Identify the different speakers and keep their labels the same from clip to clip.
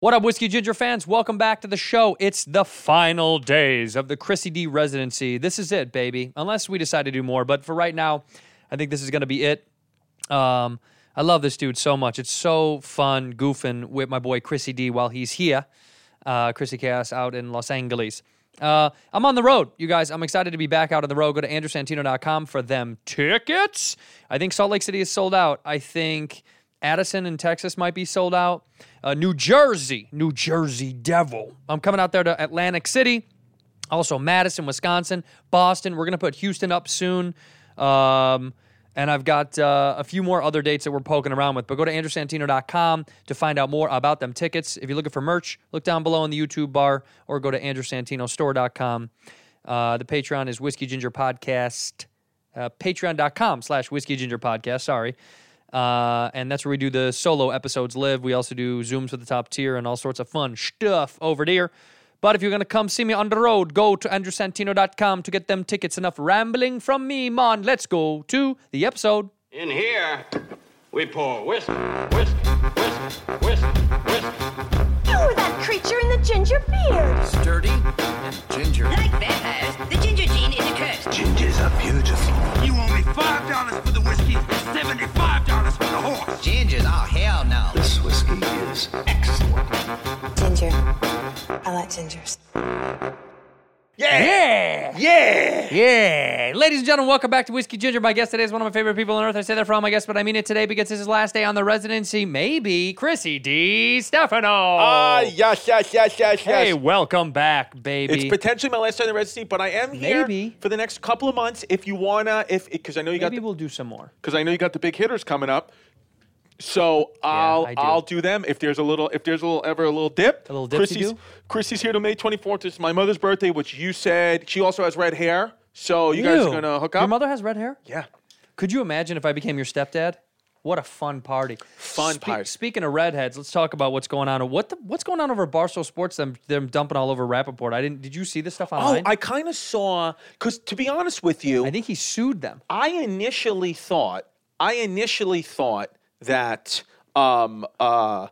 Speaker 1: What up, Whiskey Ginger fans? Welcome back to the show. It's the final days of the Chrissy D residency. This is it, baby. Unless we decide to do more, but for right now, I think this is going to be it. Um, I love this dude so much. It's so fun goofing with my boy Chrissy D while he's here, uh, Chrissy Chaos out in Los Angeles. Uh, I'm on the road, you guys. I'm excited to be back out on the road. Go to andrewsantino.com for them tickets. I think Salt Lake City is sold out. I think Addison in Texas might be sold out. Uh, New Jersey, New Jersey Devil. I'm coming out there to Atlantic City. Also, Madison, Wisconsin, Boston. We're going to put Houston up soon. Um, and I've got uh, a few more other dates that we're poking around with. But go to andrewsantino.com to find out more about them tickets. If you're looking for merch, look down below in the YouTube bar or go to andrewsantinostore.com. Uh, the Patreon is Whiskey Ginger Podcast, uh, patreon.com slash Whiskey Ginger Podcast. Sorry. Uh, and that's where we do the solo episodes live. We also do Zooms with the top tier and all sorts of fun stuff over there. But if you're going to come see me on the road, go to andrewsantino.com to get them tickets. Enough rambling from me, mon. Let's go to the episode.
Speaker 2: In here, we pour whisk, whisk, whisk, whisk, whisk.
Speaker 3: You were Oh, that creature in the ginger beard.
Speaker 4: sturdy and ginger.
Speaker 5: Like vampires, the ginger gene is a curse.
Speaker 6: Gingers are beautiful.
Speaker 7: You owe me five dollars for the whiskey and seventy-five dollars for the horse.
Speaker 4: Gingers? Oh, hell no.
Speaker 6: This whiskey is excellent.
Speaker 8: Ginger. I like gingers.
Speaker 1: Yeah! Yeah! Yeah! Ladies and gentlemen, welcome back to Whiskey Ginger. My guest today is one of my favorite people on earth. I say that for all my guests, but I mean it today because this is his last day on the residency. Maybe Chrissy D. Stefano.
Speaker 9: Ah, yes, yes, yes, yes,
Speaker 1: Oh. Hey,
Speaker 9: yes.
Speaker 1: welcome back, baby.
Speaker 9: It's potentially my last time in the residency, but I am here
Speaker 1: Maybe.
Speaker 9: for the next couple of months. If you wanna, if because I know you
Speaker 1: Maybe
Speaker 9: got
Speaker 1: we'll do some more.
Speaker 9: because I know you got the big hitters coming up, so I'll
Speaker 1: I do.
Speaker 9: I'll do them. If there's a little, if there's a little ever a little dip,
Speaker 1: A little dipsy
Speaker 9: Chrissy's
Speaker 1: do?
Speaker 9: Chrissy's here till May 24th. It's my mother's birthday, which you said she also has red hair. So you guys
Speaker 1: Ew.
Speaker 9: are gonna hook up.
Speaker 1: Your mother has red hair?
Speaker 9: Yeah.
Speaker 1: Could you imagine if I became your stepdad? What a fun party!
Speaker 9: Fun party.
Speaker 1: Speaking of redheads, let's talk about what's going on. What the, what's going on over at Barstool Sports? Them them dumping all over Rappaport. I didn't. Did you see this stuff
Speaker 9: Oh,
Speaker 1: online?
Speaker 9: I kind of saw because to be honest with you,
Speaker 1: I think he sued them.
Speaker 9: I initially thought I initially thought that um uh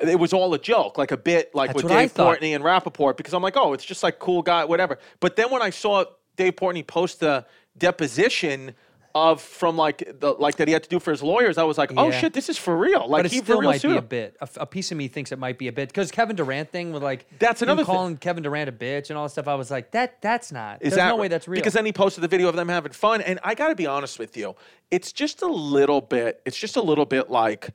Speaker 9: it was all a joke, like a bit like
Speaker 1: That's
Speaker 9: with
Speaker 1: what I
Speaker 9: Dave
Speaker 1: thought.
Speaker 9: Portney and Rappaport, because I'm like, oh, it's just like cool guy, whatever. But then when I saw Dave Portney post the deposition of from like the like that he had to do for his lawyers, I was like, oh
Speaker 1: Yeah.
Speaker 9: shit, this is for real. Like
Speaker 1: But it
Speaker 9: he
Speaker 1: still
Speaker 9: for real
Speaker 1: might
Speaker 9: sued
Speaker 1: be a
Speaker 9: him.
Speaker 1: bit. A, a piece of me thinks it might be a bit because Kevin Durant thing with like
Speaker 9: That's
Speaker 1: him
Speaker 9: another thing.
Speaker 1: calling Kevin Durant a bitch and all that stuff. I was like, that that's not.
Speaker 9: Is
Speaker 1: there's
Speaker 9: that
Speaker 1: no way that's real.
Speaker 9: Because then he posted the video of them having fun, and I got to be honest with you, it's just a little bit. It's just a little bit like.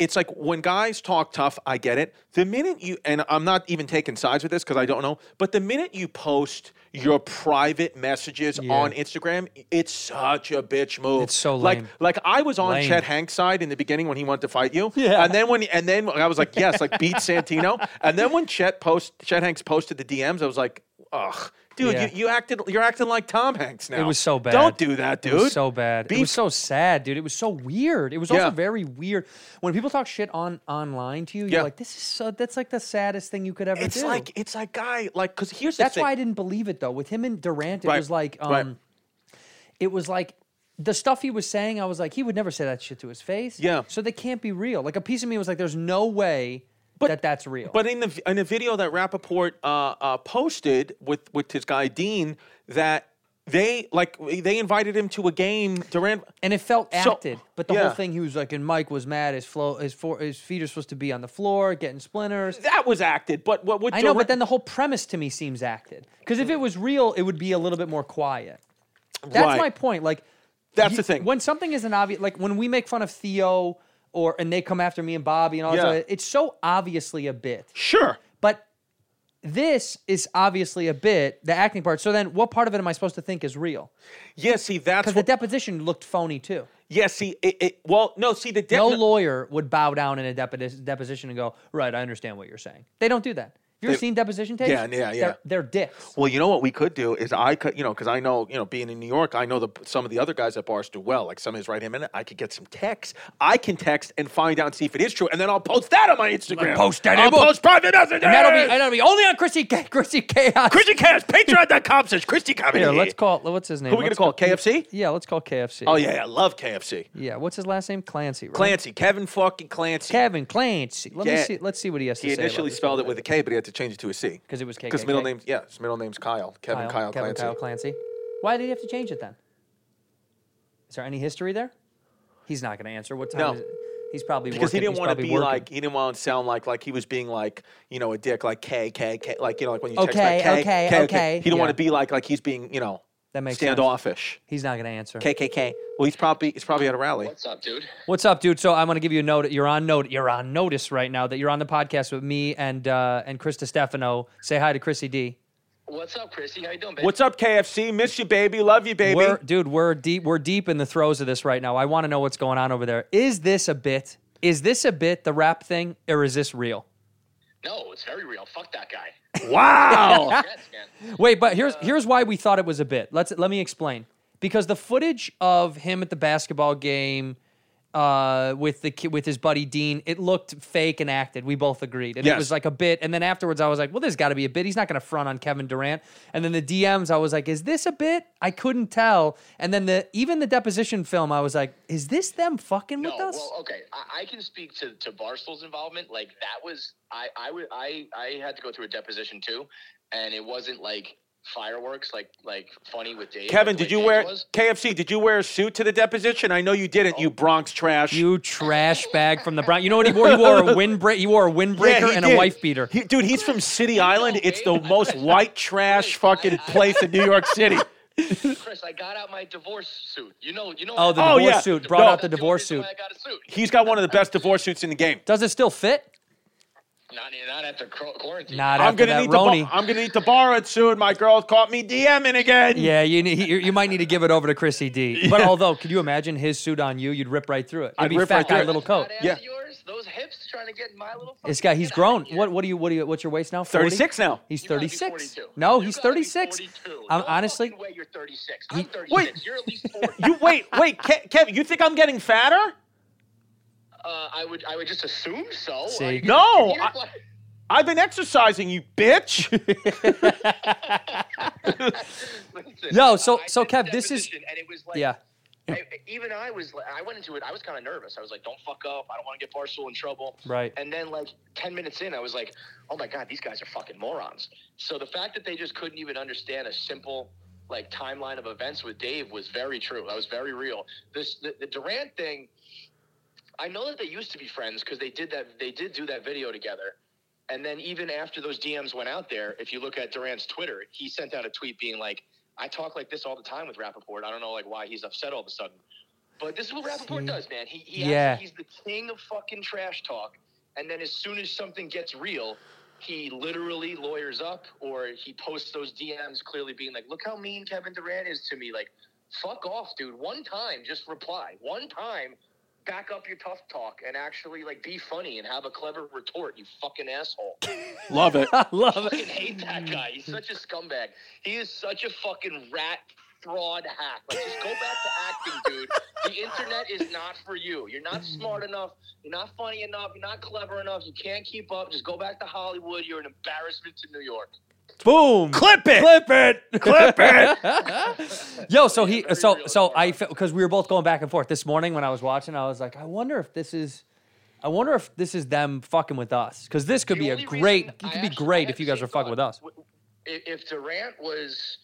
Speaker 9: It's like when guys talk tough, I get it. The minute you, and I'm not even taking sides with this because I don't know, but the minute you post your private messages on Instagram, it's such a bitch move.
Speaker 1: It's so lame.
Speaker 9: Like, like I was on
Speaker 1: Lame.
Speaker 9: Chet Hank's side in the beginning when he wanted to fight you,
Speaker 1: Yeah.
Speaker 9: and then when, and then I was like, yes, like beat Santino, and then when Chet post, Chet Hanks posted the DMs, I was like, ugh, dude,
Speaker 1: Yeah.
Speaker 9: you, you acted you're acting like Tom Hanks now.
Speaker 1: It was so bad.
Speaker 9: Don't do that, dude.
Speaker 1: It was so bad. It
Speaker 9: Beef-
Speaker 1: was so sad, dude. It was so weird. It was
Speaker 9: Yeah.
Speaker 1: also very weird. When people talk shit on online to you, you're
Speaker 9: Yeah.
Speaker 1: like, this is so that's like the saddest thing you could ever
Speaker 9: It's
Speaker 1: do.
Speaker 9: like it's like guy like because here's
Speaker 1: that's
Speaker 9: the thing.
Speaker 1: why I didn't believe it though. With him and Durant, it
Speaker 9: Right.
Speaker 1: was like um
Speaker 9: Right.
Speaker 1: it was like the stuff he was saying, I was like, he would never say that shit to his face.
Speaker 9: Yeah.
Speaker 1: So they can't be real. Like a piece of me was like, there's no way that that's real.
Speaker 9: But in the in a video that Rappaport uh, uh, posted with with his guy Dean, that they like they invited him to a game. Durant.
Speaker 1: and it felt
Speaker 9: So-
Speaker 1: acted. but the
Speaker 9: yeah.
Speaker 1: whole thing, he was like, and Mike was mad. His flow, his, fo- his feet are supposed to be on the floor, getting splinters.
Speaker 9: That was acted, but what would
Speaker 1: I know, but then the whole premise to me seems acted. Because if it was real, it would be a little bit more quiet. That's
Speaker 9: Right.
Speaker 1: my point. Like,
Speaker 9: That's
Speaker 1: you-
Speaker 9: the thing.
Speaker 1: When something isn't obvious, like when we make fun of Theo or and they come after me and Bobby and all
Speaker 9: Yeah.
Speaker 1: that, it's so obviously a bit.
Speaker 9: sure.
Speaker 1: But this is obviously a bit the acting part. So then, what part of it am I supposed to think is real?
Speaker 9: Yeah, see that's
Speaker 1: Because
Speaker 9: what,
Speaker 1: the deposition looked phony too.
Speaker 9: yeah, see it, it. Well, no, see the de-
Speaker 1: no lawyer would bow down in a depo- deposition and go, "Right, I understand what you're saying." They don't do that. If you ever
Speaker 9: They-
Speaker 1: seen deposition tapes?
Speaker 9: Yeah, yeah, yeah.
Speaker 1: They're, they're dicks.
Speaker 9: Well, you know what we could do is I could, you know, because I know, you know, being in New York, I know the some of the other guys at bars do well. Like some of his right hand minute, I could get some texts. I can text and find out and see if it is true, and then I'll post that on my Instagram.
Speaker 1: post that
Speaker 9: I'll
Speaker 1: in book.
Speaker 9: post private messages.
Speaker 1: And that'll be and that'll be only on Chrissy Ca- Chrissy Chaos.
Speaker 9: Christy Cash, Patreon.com says Christy Comedy.
Speaker 1: yeah, let's call. What's his name?
Speaker 9: Who are we
Speaker 1: Let's
Speaker 9: gonna call? KFC?
Speaker 1: Yeah, let's call KFC.
Speaker 9: Oh yeah, yeah, I love KFC.
Speaker 1: Yeah, what's his last name? Clancy. Right?
Speaker 9: Clancy, Kevin fucking Clancy.
Speaker 1: Kevin Clancy. Let me
Speaker 9: Yeah.
Speaker 1: see. Let's see what he has to
Speaker 9: he
Speaker 1: say.
Speaker 9: initially spelled it with a K, but he had to change it to a C
Speaker 1: 'Cause it was
Speaker 9: Because
Speaker 1: KKK.
Speaker 9: middle name, yeah, his middle name's Kyle. Kevin Kyle,
Speaker 1: Kevin
Speaker 9: Clancy.
Speaker 1: Kyle Clancy. Why did he have to change it then? Is there any history there? He's not going to answer. What time?
Speaker 9: No.
Speaker 1: Is it? He's probably
Speaker 9: because he
Speaker 1: working.
Speaker 9: didn't
Speaker 1: He's
Speaker 9: want to
Speaker 1: probably
Speaker 9: be
Speaker 1: working.
Speaker 9: like he didn't want to sound like like he was being like you know a dick like K K K like you know like when you text
Speaker 1: Okay,
Speaker 9: back, K,
Speaker 1: okay,
Speaker 9: K,
Speaker 1: okay,
Speaker 9: He didn't want
Speaker 1: yeah.
Speaker 9: to be like like he's being you know
Speaker 1: That makes sense.
Speaker 9: standoffish.
Speaker 1: He's not going to answer.
Speaker 9: K K K. Well, he's probably he's probably at a rally.
Speaker 1: What's up, dude? So I'm going to give you a note. You're on note. You're on notice right now that you're on the podcast with me and uh, and Chris Stefano. Say hi to Chrissy D.
Speaker 10: What's up, Chrissy? How you doing, baby?
Speaker 9: What's up, KFC? Miss you, baby. Love you, baby.
Speaker 1: We're, dude, we're deep. We're deep in the throes of this right now. I want to know what's going on over there. Is this a bit? Is this a bit the rap thing, or is this real?
Speaker 10: No, it's very real. Fuck that guy.
Speaker 9: wow.
Speaker 10: Yes, man.
Speaker 1: Wait, but here's here's why we thought it was a bit. Let's let me explain. Because the footage of him at the basketball game uh, with the ki- with his buddy Dean, it looked fake and acted. We both agreed, and it
Speaker 9: Yes.
Speaker 1: was like a bit. And then afterwards, I was like, "Well, there's got to be a bit. He's not going to front on Kevin Durant." And then the DMs, I was like, "Is this a bit?" I couldn't tell. And then the even the deposition film, I was like, "Is this them fucking
Speaker 10: No,
Speaker 1: with us?"
Speaker 10: well, okay. I, I can speak to, to Barstool's involvement. Like that was I I would I I had to go through a deposition too, and it wasn't like fireworks, like like funny with Dave.
Speaker 9: Kevin,
Speaker 10: like the
Speaker 9: did you
Speaker 10: way
Speaker 9: wear
Speaker 10: Dave was. Oh.
Speaker 9: KFC? Did you wear a suit to the deposition? I know you didn't. You Bronx trash.
Speaker 1: you trash bag from the Brown. You know what he wore? He wore a windbreak. He wore a
Speaker 9: Yeah,
Speaker 1: windbreaker
Speaker 9: he
Speaker 1: and a
Speaker 9: did.
Speaker 1: wife beater.
Speaker 9: He- dude, he's from City Island. It's the most white trash fucking place in New York City.
Speaker 10: Chris? I got out my divorce suit. You know, you know.
Speaker 1: Oh, the
Speaker 9: Oh,
Speaker 1: divorce
Speaker 9: yeah.
Speaker 1: suit. Brought
Speaker 9: No.
Speaker 1: out the
Speaker 10: That's only
Speaker 1: divorce
Speaker 10: reason
Speaker 1: suit.
Speaker 10: why I got a suit.
Speaker 9: He's got one of the best divorce suits in the game.
Speaker 1: Does it still fit?
Speaker 10: Not not after cro- quarantine.
Speaker 1: Not
Speaker 9: I'm
Speaker 1: after
Speaker 9: gonna
Speaker 1: that
Speaker 9: need to.
Speaker 1: Roni.
Speaker 9: Bo- I'm gonna need to borrow it soon. My girl caught me DMing again.
Speaker 1: yeah, you, need, you you might need to give it over to Chrissy D. But although, could you imagine his suit on you? You'd rip right through it. It'd
Speaker 9: I'd
Speaker 1: be
Speaker 9: rip
Speaker 1: fat
Speaker 9: right
Speaker 1: guy,
Speaker 9: through it.
Speaker 1: little coat.
Speaker 10: Fat ass
Speaker 9: Yeah.
Speaker 10: of yours, those hips trying to get in my little.
Speaker 1: This guy,
Speaker 10: fucking-
Speaker 1: he's
Speaker 10: get out of
Speaker 1: grown.
Speaker 10: here.
Speaker 1: What what do you what do you what's your waist now? 40?
Speaker 9: 36 now.
Speaker 1: He's
Speaker 10: You gotta be
Speaker 1: 36.
Speaker 10: 42.
Speaker 1: No,
Speaker 10: You
Speaker 1: he's
Speaker 10: gotta be
Speaker 1: 36.
Speaker 10: 42.
Speaker 1: I'm
Speaker 10: No
Speaker 1: honestly
Speaker 10: fucking way you're 36.
Speaker 1: He-
Speaker 10: I'm 36.
Speaker 9: wait.
Speaker 10: You're at least 40.
Speaker 9: You wait, wait, Ke- Kevin. You think I'm getting fatter?
Speaker 10: uh, I would I would just assume so.
Speaker 1: See?
Speaker 10: Like,
Speaker 9: No,
Speaker 10: you're
Speaker 9: I,
Speaker 10: like-
Speaker 9: I've been exercising, you bitch.
Speaker 10: listen,
Speaker 1: No, so-
Speaker 10: I
Speaker 1: so,
Speaker 10: did the
Speaker 1: Kev, this is-
Speaker 10: deposition, and it was like
Speaker 1: Yeah.
Speaker 10: I, even I was like- I went into it I was kind of nervous. I was like don't fuck up. I don't want to get Barstool in trouble.
Speaker 1: Right.
Speaker 10: And then like 10 minutes in I was like, "Oh my god, these guys are fucking morons." So the fact that they just couldn't even understand a simple like timeline of events with Dave was very true. That was very real. This the, the Durant thing I know that they used to be friends because they did that. They did do that video together, and then even after those DMs went out there, if you look at Durant's Twitter, he sent out a tweet being like, "I talk like this all the time with Rappaport. I don't know like why he's upset all of a sudden." But this is what Rappaport does, man. He, he acts
Speaker 1: Yeah.
Speaker 10: like he's the king of fucking trash talk, and then as soon as something gets real, he literally lawyers up or he posts those DMs clearly being like, "Look how mean Kevin Durant is to me." Like, fuck off, dude. One time, just reply. One time back up your tough talk and actually like be funny and have a clever retort, you fucking asshole. I
Speaker 9: Love it.
Speaker 1: I love it.
Speaker 10: fucking hate that guy. He's such a scumbag. He is such a fucking rat fraud hack. Like just go back to acting, dude. The internet is not for you. You're not smart enough, you're not funny enough, you're not clever enough, you can't keep up. Just go back to Hollywood. You're an embarrassment to New York.
Speaker 1: Boom.
Speaker 9: Clip it.
Speaker 1: Clip it.
Speaker 9: Clip it.
Speaker 1: Yo, so he,
Speaker 10: very
Speaker 1: so
Speaker 10: real
Speaker 1: so
Speaker 10: story.
Speaker 1: I, because we were both going back and forth this morning when I was watching, I was like, I wonder if this is, I wonder if this is them fucking with us, because this could
Speaker 10: The
Speaker 1: be a
Speaker 10: only reason
Speaker 1: great, it
Speaker 10: I
Speaker 1: could be
Speaker 10: actually-
Speaker 1: great
Speaker 10: I
Speaker 1: if you guys
Speaker 10: actually
Speaker 1: are fucking with us.
Speaker 10: thought w- i- If Durant was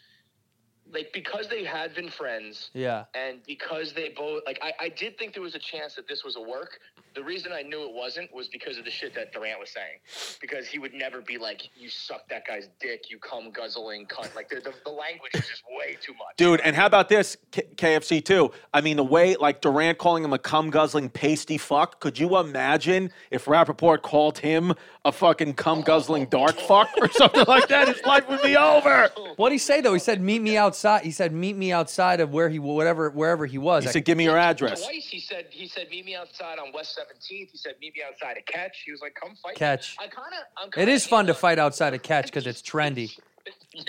Speaker 10: like because they had been friends,
Speaker 1: Yeah.
Speaker 10: and because they both like I, I did think there was a chance that this was a work the reason i knew it wasn't was because of the shit that durant was saying because he would never be like you suck that guy's dick you cum guzzling cunt like the, the, the language is just way too much
Speaker 9: Dude, and how about this K- KFC too? I mean, the way like Durant calling him a cum guzzling pasty fuck. Could you imagine if Rappaport called him a fucking cum guzzling dark fuck or something like that? His life would be over.
Speaker 1: What would he say though? He said, "Meet me outside." He said, "Meet me outside of where he, whatever, wherever he was."
Speaker 9: He
Speaker 1: I-
Speaker 9: said, "Give me your address."
Speaker 10: twice he said he said meet me outside on west 17th. He said, "Meet me outside a catch." He was like, "Come fight." me."
Speaker 1: Catch.
Speaker 10: I kind of.
Speaker 1: It is fun to fight outside a catch because it's trendy.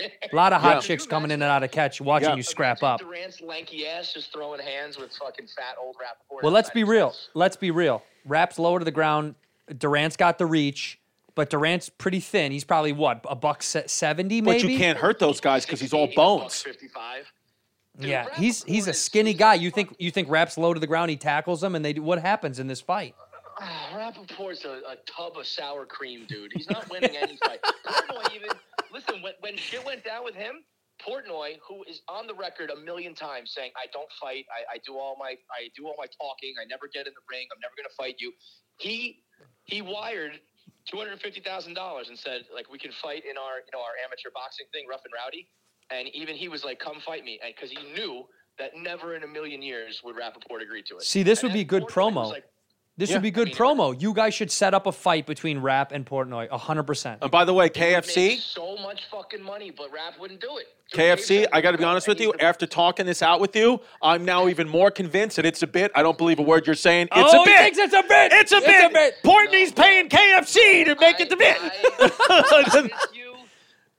Speaker 1: A lot of hot
Speaker 9: Yeah.
Speaker 1: chicks coming in and out of catch, watching
Speaker 9: Yeah.
Speaker 1: you scrap up.
Speaker 10: Durant's lanky ass just throwing hands with fucking fat old Rappaport.
Speaker 1: Well, let's
Speaker 10: outside
Speaker 1: be
Speaker 10: his
Speaker 1: real.
Speaker 10: house.
Speaker 1: Let's be real. Rap's lower to the ground. Durant's got the reach, but Durant's pretty thin. He's probably what a buck se- seventy, maybe.
Speaker 9: But you can't hurt those guys because he's all
Speaker 10: 68,
Speaker 9: bones.
Speaker 10: 55. Dude,
Speaker 1: Yeah,
Speaker 10: Rappaport
Speaker 1: he's he's a
Speaker 10: is-
Speaker 1: skinny
Speaker 10: he's
Speaker 1: guy.
Speaker 10: a
Speaker 1: You think
Speaker 10: fucking-
Speaker 1: you think Rap's low to the ground. He tackles him, and they do, what happens in this fight?
Speaker 10: Rappaport's a, a tub of sour cream, dude. He's not winning any fight. Portnoy even listen when, when shit went down with him. Portnoy, who is on the record a million times saying, "I don't fight. I, I do all my I do all my talking. I never get in the ring. I'm never gonna fight you." He he wired two hundred fifty thousand dollars and said, "Like we can fight in our you know our amateur boxing thing, rough and rowdy." And even he was like, "Come fight me," because he knew that never in a million years would Rappaport agree to it.
Speaker 1: See, this
Speaker 10: And
Speaker 1: would
Speaker 10: then
Speaker 1: be good
Speaker 10: Portnoy was
Speaker 1: promo.
Speaker 10: like,
Speaker 1: This
Speaker 9: Yeah.
Speaker 1: would be good
Speaker 10: mean,
Speaker 1: promo. You guys should set up a fight between Rap and Portnoy, hundred percent.
Speaker 9: And by the way,
Speaker 10: Make
Speaker 9: KFC,
Speaker 10: so much fucking money, but Rap wouldn't do it. Dude,
Speaker 9: KFC,
Speaker 10: Dave
Speaker 9: I got to be
Speaker 10: Chappelle,
Speaker 9: honest with
Speaker 10: he's
Speaker 9: you.
Speaker 10: the-
Speaker 9: After talking this out with you, I'm now even more convinced that it's a bit. I don't believe a word you're saying. It's
Speaker 1: Oh,
Speaker 9: a
Speaker 1: he
Speaker 9: bit.
Speaker 1: thinks it's a bit.
Speaker 9: It's a
Speaker 1: It's
Speaker 9: bit.
Speaker 1: a bit.
Speaker 9: Portney's paying KFC to make it the bit.
Speaker 10: I- I promise you,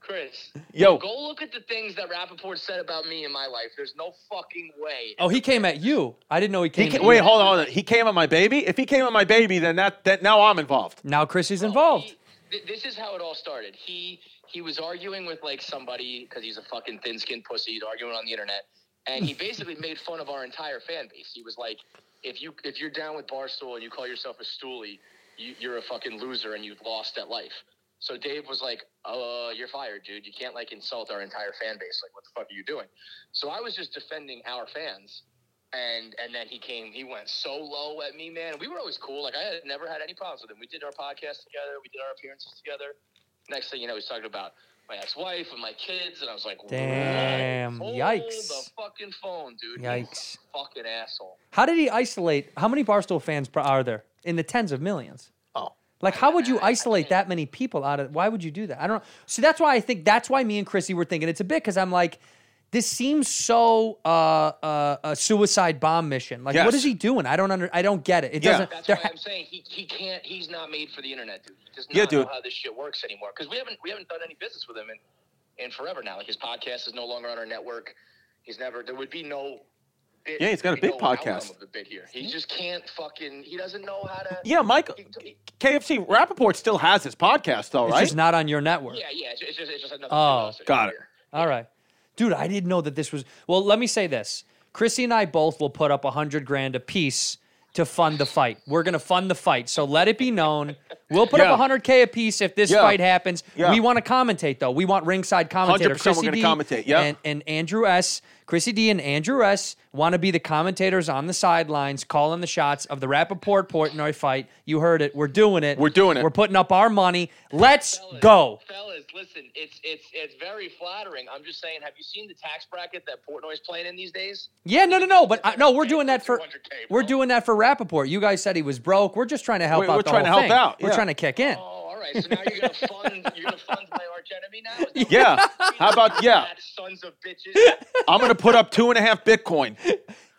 Speaker 10: Chris,
Speaker 9: Yo.
Speaker 10: go look at the things that Rappaport said about me in my life. There's no fucking way.
Speaker 1: Oh, he came at you. I didn't know he came.
Speaker 9: He
Speaker 1: at
Speaker 9: ca-
Speaker 1: you.
Speaker 9: wait, hold on, hold on. He came on my baby. If he came on my baby, then that, that now I'm involved.
Speaker 1: Now Chrissy's
Speaker 10: Well,
Speaker 1: involved.
Speaker 10: he- th- this is how it all started. He he was arguing with like somebody because he's a fucking thin skinned pussy. He's arguing on the internet, and he basically made fun of our entire fan base. He was like, if you if you're down with Barstool and you call yourself a stoolie, you, you're a fucking loser and you've lost at life. So Dave was like, "Uh, you're fired, dude. You can't like insult our entire fan base. Like, what the fuck are you doing?" So I was just defending our fans, and and then he came. He went so low at me, man. We were always cool. Like I had never had any problems with him. We did our podcast together. We did our appearances together. Next thing you know, he's talking about my ex-wife and my kids, and I was like, what?
Speaker 1: Damn,
Speaker 10: Hold
Speaker 1: yikes.
Speaker 10: The fucking phone, dude. You
Speaker 1: Yikes.
Speaker 10: Fucking asshole.
Speaker 1: How did he isolate? How many Barstool fans pro- are there in the tens of millions?
Speaker 9: Oh.
Speaker 1: Like, how would you isolate that many people out of? Why would you do that? I don't. See, that's why I think that's why me and Chrissy were thinking it's a bit because I'm like, this seems so uh, uh, a suicide bomb mission. Like, what
Speaker 9: Yes.
Speaker 1: is he doing? I don't under. I don't get it. It
Speaker 9: Yeah.
Speaker 1: doesn't.
Speaker 10: That's
Speaker 1: there
Speaker 10: why
Speaker 1: ha-
Speaker 10: I'm saying he, he can't. He's not made for the internet, dude. He does not
Speaker 9: Yeah,
Speaker 10: know
Speaker 9: dude.
Speaker 10: how this shit works anymore. Because we haven't we haven't done any business with him in, in forever now. Like his podcast is no longer on our network. He's never. There would be no. Bit,
Speaker 9: Yeah, he's got a
Speaker 10: there'd be
Speaker 9: big
Speaker 10: no outcome
Speaker 9: podcast.
Speaker 10: Of the bit here, he just can't fucking. He doesn't know how to.
Speaker 9: Yeah, Mike, KFC Rappaport still has his podcast, though,
Speaker 1: it's
Speaker 9: right?
Speaker 1: just not on your network.
Speaker 10: Yeah, yeah. It's, it's just it's just another.
Speaker 1: Oh,
Speaker 9: got it.
Speaker 1: All right. Dude, I didn't know that this was. Well, let me say this. Chrissy and I both will put up a 100 grand apiece to fund the fight. We're going to fund the fight. So let it be known. We'll put
Speaker 9: Yeah.
Speaker 1: up a 100K apiece if this
Speaker 9: Yeah.
Speaker 1: fight happens.
Speaker 9: Yeah.
Speaker 1: We want to commentate, though. We want ringside commentator
Speaker 9: 100% we're
Speaker 1: Chrissy
Speaker 9: gonna
Speaker 1: D
Speaker 9: commentate, yeah.
Speaker 1: and, and Andrew S. Chrissy D and Andrew S. want to be the commentators on the sidelines calling the shots of the Rappaport Portnoy fight. You heard it. We're doing it.
Speaker 9: We're doing it.
Speaker 1: We're putting up our money. Let's go.
Speaker 10: fellas. Listen, it's it's it's very flattering. I'm just saying. Have you seen the tax bracket that Portnoy's playing in these days?
Speaker 1: Yeah, no, no, no. But I, no, we're doing that for
Speaker 10: 200K, bro.
Speaker 1: we're doing that for Rappaport. You guys said he was broke. We're just trying to help
Speaker 9: We-
Speaker 1: out.
Speaker 9: we're
Speaker 1: the
Speaker 9: trying to
Speaker 1: whole
Speaker 9: help
Speaker 1: thing.
Speaker 9: out,
Speaker 1: We're
Speaker 9: yeah.
Speaker 1: trying to kick in.
Speaker 10: Oh, all right. So now you're gonna fund you're gonna fund my arch enemy now. Is that what
Speaker 9: Yeah. How about, yeah,
Speaker 10: Fat sons of bitches.
Speaker 9: I'm going to put up two and a half Bitcoin.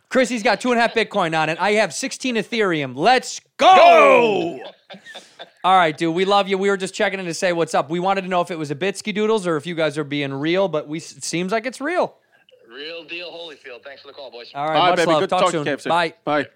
Speaker 1: Chrissy's got two and a half Bitcoin on it. I have sixteen Ethereum. Let's go.
Speaker 9: Oh!
Speaker 1: All right, dude. We love you. We were just checking in to say what's up. We wanted to know if it was a Bitsky Doodles or if you guys are being real, but we it seems like it's real.
Speaker 10: Real deal, Holyfield. Thanks for the call, boys.
Speaker 1: All right,
Speaker 9: All right,
Speaker 1: much
Speaker 9: baby.
Speaker 1: love.
Speaker 9: Good
Speaker 1: talk
Speaker 9: to talk
Speaker 1: soon.
Speaker 9: to you, KFC.
Speaker 1: Bye.
Speaker 9: Bye.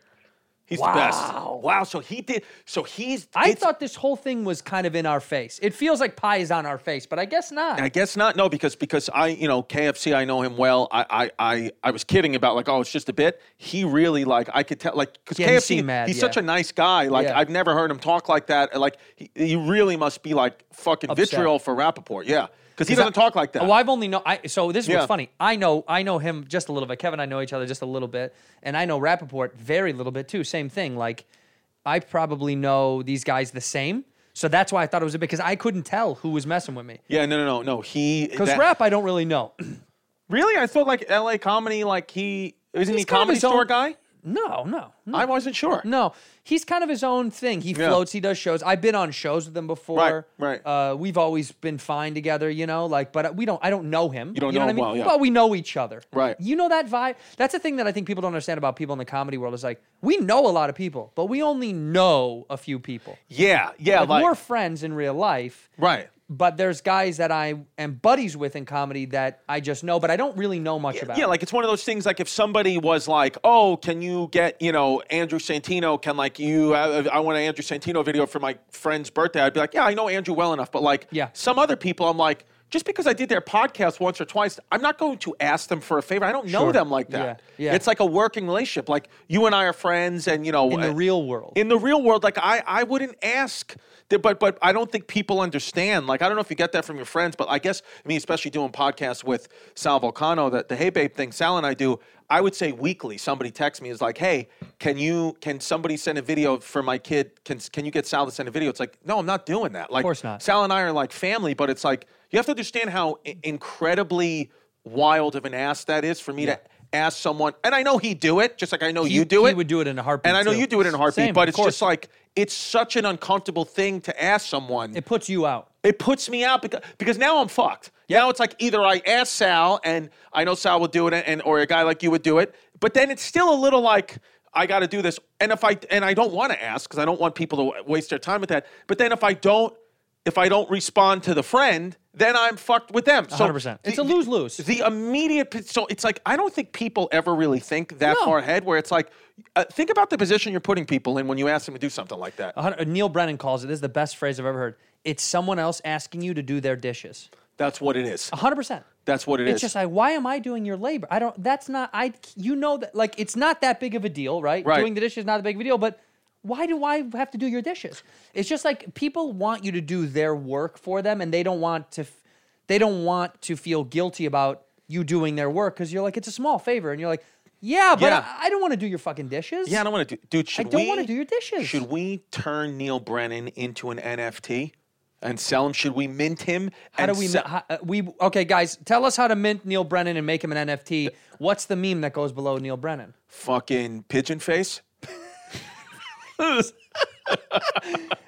Speaker 9: He's the best.
Speaker 1: Wow.
Speaker 9: Wow. So he did. So he's.
Speaker 1: I
Speaker 9: it's-
Speaker 1: thought this whole thing was kind of in our face. It feels like pie is on our face, but I guess not.
Speaker 9: I guess not. No, because because I you know KFC. I know him well. I I I, I was kidding about like oh it's just a bit. He really like I could tell like because
Speaker 1: Yeah, he
Speaker 9: KFC
Speaker 1: seemed mad,
Speaker 9: he's
Speaker 1: yeah.
Speaker 9: such a nice guy. Like
Speaker 1: Yeah.
Speaker 9: I've never heard him talk like that. and, Like he, he really must be like fucking
Speaker 1: Upset.
Speaker 9: vitriol for Rappaport. Yeah, because he doesn't talk like that.
Speaker 1: Well, Oh, I've only know. I so this is
Speaker 9: Yeah.
Speaker 1: what's funny. I know I know him just a little bit. Kevin, and I know each other just a little bit, and I know Rappaport very little bit too. Same thing. Like I probably know these guys the same. So that's why I thought it was a bit because I couldn't tell who was messing with me.
Speaker 9: yeah, no, no, no, no. He
Speaker 1: Because
Speaker 9: that-
Speaker 1: rap, I don't really know.
Speaker 9: Really, I thought like L.A. comedy. Like he isn't
Speaker 1: He's
Speaker 9: he
Speaker 1: kind of
Speaker 9: comedy
Speaker 1: his own-
Speaker 9: store guy?
Speaker 1: no, no, no,
Speaker 9: I wasn't sure.
Speaker 1: no. He's kind of his own thing. He
Speaker 9: Yeah.
Speaker 1: floats. He does shows. I've been on shows with him before.
Speaker 9: right.
Speaker 1: Uh, we've always been fine together, you know. Like, but we don't. I don't know him.
Speaker 9: You don't know
Speaker 1: what
Speaker 9: him
Speaker 1: I mean?
Speaker 9: well, yeah.
Speaker 1: But we know each other.
Speaker 9: Right.
Speaker 1: You know that vibe. That's the thing that I think people don't understand about people in the comedy world is like, we know a lot of people, but we only know a few people.
Speaker 9: Yeah, yeah,
Speaker 1: Like,
Speaker 9: like,
Speaker 1: we're friends in real life,
Speaker 9: right.
Speaker 1: but there's guys that I am buddies with in comedy that I just know, but I don't really know much about.
Speaker 9: Yeah, like it's one of those things. Like if somebody was like, "Oh, can you get you know Andrew Santino? Can like you? I, I want an Andrew Santino video for my friend's birthday." I'd be like, "Yeah, I know Andrew well enough." But like,
Speaker 1: Yeah.
Speaker 9: some other people, I'm like, just because I did their podcast once or twice, I'm not going to ask them for a favor. I don't know
Speaker 1: Sure.
Speaker 9: them like that.
Speaker 1: Yeah, yeah.
Speaker 9: It's like a working relationship. Like you and I are friends, and you know,
Speaker 1: in the
Speaker 9: uh,
Speaker 1: real world.
Speaker 9: in the real world, like I, I wouldn't ask, th- but but I don't think people understand. Like I don't know if you get that from your friends, but I guess I mean, especially doing podcasts with Sal Volcano, that the Hey Babe thing Sal and I do. I would say weekly, somebody texts me is like, "Hey, can you can somebody send a video for my kid? Can can you get Sal to send a video?" It's like, no, I'm not doing that. Like,
Speaker 1: course not.
Speaker 9: Sal and I are like family, but it's like you have to understand how i- incredibly wild of an ask that is for me to ask someone. And I know he'd do it, just like I know
Speaker 1: He-
Speaker 9: you do
Speaker 1: he
Speaker 9: it.
Speaker 1: would do it in a heartbeat,
Speaker 9: And I know
Speaker 1: too.
Speaker 9: you do it in a heartbeat,
Speaker 1: Same,
Speaker 9: but
Speaker 1: of
Speaker 9: it's just
Speaker 1: course.
Speaker 9: like it's such an uncomfortable thing to ask someone.
Speaker 1: it
Speaker 9: It,
Speaker 1: puts you out.
Speaker 9: puts me out because because now I'm fucked. Now it's like either I ask Sal and I know Sal would do it, and or a guy like you would do it, but then it's still a little like I got to do this. And if I and I don't want to ask because I don't want people to wa- waste their time with that. But then if I don't if I don't respond to the friend, then I'm fucked with them. So
Speaker 1: 100%. It's a lose-lose.
Speaker 9: The immediate p- so it's like I don't think people ever really think that
Speaker 1: No.
Speaker 9: far ahead. Where it's like, uh, think about the position you're putting people in when you ask them to do something like that.
Speaker 1: A hundred- Neil Brennan calls it. This is the best phrase I've ever heard. It's someone else asking you to do their dishes.
Speaker 9: That's what it is.
Speaker 1: hundred percent.
Speaker 9: That's what it
Speaker 1: uh, it's
Speaker 9: is.
Speaker 1: just like, why am I doing your labor? I don't. That's not. I. You know that. Like, it's not that big of a deal, right?
Speaker 9: Right.
Speaker 1: Doing the dishes is not that big of a deal, but why do I have to do your dishes? It's just like people want you to do their work for them, and they don't want to. f- They don't want to feel guilty about you doing their work because you're like, it's a small favor, and you're like, yeah, but
Speaker 9: Yeah.
Speaker 1: I, I don't want to do your fucking dishes.
Speaker 9: yeah, I don't want to do, dude. Should
Speaker 1: don't
Speaker 9: we-
Speaker 1: wanna do your dishes.
Speaker 9: Should we turn Neil Brennan into an NFT and sell him? Should we mint him?
Speaker 1: How do we? mi- how, uh, we okay, guys. Tell us how to mint Neil Brennan and make him an NFT. What's the meme that goes below Neil Brennan?
Speaker 9: fucking pigeon face?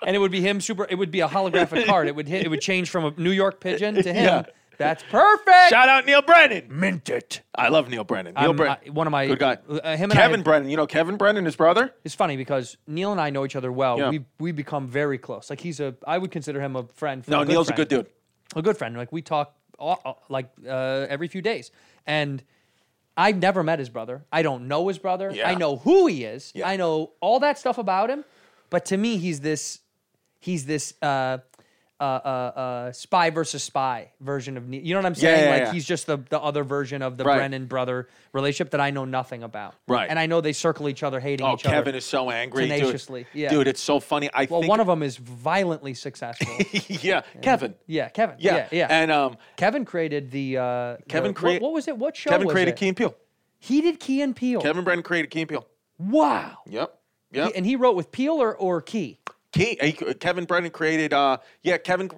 Speaker 1: and it would be him super it would be a holographic card it would hit it would change from a new york pigeon to him
Speaker 9: Yeah.
Speaker 1: that's perfect
Speaker 9: Shout out Neil Brennan. Mint it. I love Neil Brennan. Neil
Speaker 1: I'm-
Speaker 9: Brennan,
Speaker 1: I- one of my-
Speaker 9: good guy.
Speaker 1: uh, him and I
Speaker 9: Kevin
Speaker 1: had-
Speaker 9: Brennan. You know Kevin Brennan, his brother.
Speaker 1: it's funny because neil and i know each other well
Speaker 9: Yeah.
Speaker 1: we we become very close like he's a i would consider him a friend
Speaker 9: No, Neil's a good
Speaker 1: friend.
Speaker 9: dude.
Speaker 1: a good friend like we talk all, all- like uh, every few days and i've never met his brother i don't know his brother
Speaker 9: Yeah.
Speaker 1: i know who he is
Speaker 9: Yeah.
Speaker 1: i know all that stuff about him but to me he's this he's this uh uh, uh, uh, spy versus spy version of Neil. You know what I'm saying?
Speaker 9: yeah,
Speaker 1: like
Speaker 9: yeah.
Speaker 1: he's just the, the other version of the
Speaker 9: Right.
Speaker 1: Brennan brother relationship that I know nothing about.
Speaker 9: Right.
Speaker 1: And I know they circle each other, hating
Speaker 9: Oh,
Speaker 1: each other.
Speaker 9: Kevin is so angry. dude.
Speaker 1: tenaciously,
Speaker 9: Dude,
Speaker 1: yeah.
Speaker 9: it's so funny. I
Speaker 1: well,
Speaker 9: think
Speaker 1: one of them is violently successful.
Speaker 9: yeah, Kevin.
Speaker 1: yeah, Kevin.
Speaker 9: Yeah.
Speaker 1: yeah, yeah.
Speaker 9: And um,
Speaker 1: Kevin created the uh,
Speaker 9: Kevin
Speaker 1: the-
Speaker 9: crea-
Speaker 1: what, what was it? What show?
Speaker 9: Kevin
Speaker 1: was
Speaker 9: created
Speaker 1: it?
Speaker 9: Key and Peele.
Speaker 1: He did Key and Peel.
Speaker 9: Kevin Brennan created Key and Peele.
Speaker 1: Wow.
Speaker 9: Yep. Yep.
Speaker 1: He- and he wrote with Peel or, or Key.
Speaker 9: Key, uh, he- Kevin Brennan created. Uh, yeah, Kevin.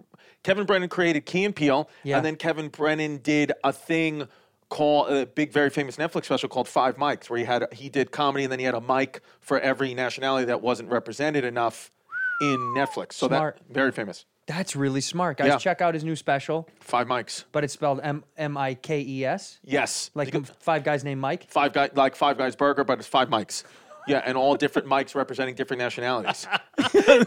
Speaker 9: Kevin Brennan created Key and Peele,
Speaker 1: Yeah.
Speaker 9: and then Kevin Brennan did a thing called a big, very famous Netflix special called Five Mics, where he had he did comedy, and then he had a mic for every nationality that wasn't represented enough in Netflix. So
Speaker 1: Smart.
Speaker 9: that very famous.
Speaker 1: That's really smart, guys.
Speaker 9: Yeah.
Speaker 1: Check out his new special,
Speaker 9: Five mics.
Speaker 1: but it's spelled M M I K E S,
Speaker 9: Yes.
Speaker 1: like
Speaker 9: You
Speaker 1: um, five guys named Mike.
Speaker 9: five guy like Five Guys Burger, but it's five mics. Yeah, and all different mics representing different nationalities
Speaker 1: five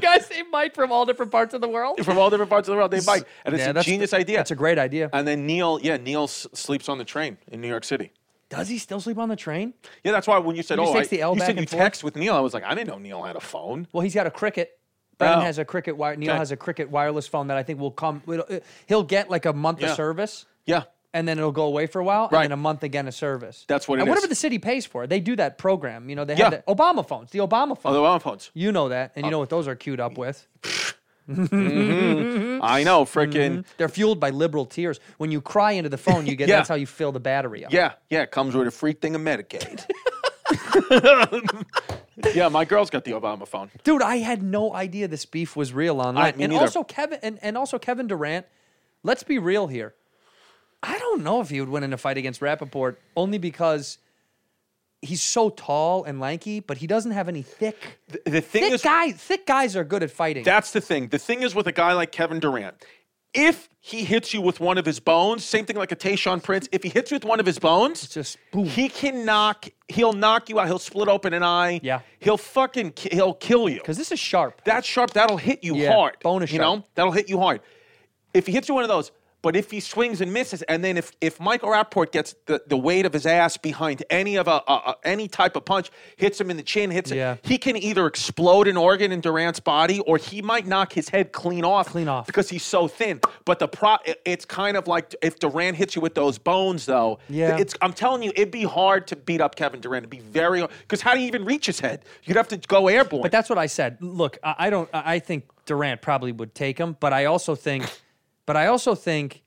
Speaker 1: guys named Mike from all different parts of the world.
Speaker 9: from all different parts of the world. They mic, and it's
Speaker 1: Yeah,
Speaker 9: a
Speaker 1: that's
Speaker 9: genius
Speaker 1: the-
Speaker 9: idea.
Speaker 1: That's a great idea.
Speaker 9: And then Neil, yeah, Neil s- sleeps on the train in New York City.
Speaker 1: Does he still sleep on the train?
Speaker 9: Yeah, that's why when you said,
Speaker 1: He just
Speaker 9: "Oh, I,
Speaker 1: takes the L
Speaker 9: you
Speaker 1: back
Speaker 9: said you
Speaker 1: and forth?
Speaker 9: text with Neil," I was like, "I didn't know Neil had a phone."
Speaker 1: Well, he's got a cricket. Brennan
Speaker 9: Oh.
Speaker 1: has a cricket wire. Neil
Speaker 9: Okay.
Speaker 1: has a cricket wireless phone that I think will come. it'll- it- He'll get like a month
Speaker 9: Yeah.
Speaker 1: of service.
Speaker 9: Yeah,
Speaker 1: and then it'll go away for a while, and
Speaker 9: Right.
Speaker 1: then a month again of service.
Speaker 9: That's what it
Speaker 1: and whatever
Speaker 9: is.
Speaker 1: the city pays for, they do that program. You know, they
Speaker 9: Yeah. uh,
Speaker 1: have the Obama phones, the Obama
Speaker 9: oh,
Speaker 1: phone.
Speaker 9: there were phones.
Speaker 1: you know that, and you know what those are queued up with.
Speaker 9: I know, freaking.
Speaker 1: They're fueled by liberal tears. When you cry into the phone, you get
Speaker 9: Yeah.
Speaker 1: that's how you fill the battery up.
Speaker 9: Yeah, yeah, it comes with a free thing of Medicaid. yeah, my girl's got the Obama phone.
Speaker 1: Dude, I had no idea this beef was real online.
Speaker 9: me
Speaker 1: and
Speaker 9: neither.
Speaker 1: also Kevin and, and also Kevin Durant, let's be real here. I don't know if he would win in a fight against Rappaport only because he's so tall and lanky, but he doesn't have any thick
Speaker 9: The thing
Speaker 1: thick
Speaker 9: is,
Speaker 1: guys thick guys are good at fighting.
Speaker 9: that's the thing. The thing is with a guy like Kevin Durant, If he hits you with one of his bones, same thing like a Tayshawn Prince. If he hits you with one of his bones,
Speaker 1: just boom.
Speaker 9: he can knock. He'll knock you out. He'll split open an eye.
Speaker 1: Yeah.
Speaker 9: He'll fucking ki- he'll kill you.
Speaker 1: Because this is sharp.
Speaker 9: That sharp that'll hit you
Speaker 1: Yeah,
Speaker 9: hard.
Speaker 1: bone is
Speaker 9: you
Speaker 1: sharp.
Speaker 9: know that'll hit you hard. If he hits you one of those, but if he swings and misses, and then if if Michael Rapport gets the, the weight of his ass behind any of a, a, a- any type of punch, hits him in the chin, hits
Speaker 1: Yeah.
Speaker 9: it, he can either explode an organ in Durant's body, or he might knock his head clean off,
Speaker 1: Clean off.
Speaker 9: because he's so thin. But the pro, it- it's kind of like if Durant hits you with those bones, though.
Speaker 1: Yeah.
Speaker 9: it's I'm telling you, it'd be hard to beat up Kevin Durant. It'd be very because how do you even reach his head? You'd have to go airborne.
Speaker 1: But that's what I said. Look, I, I don't. I I think Durant probably would take him, but I also think, but I also think,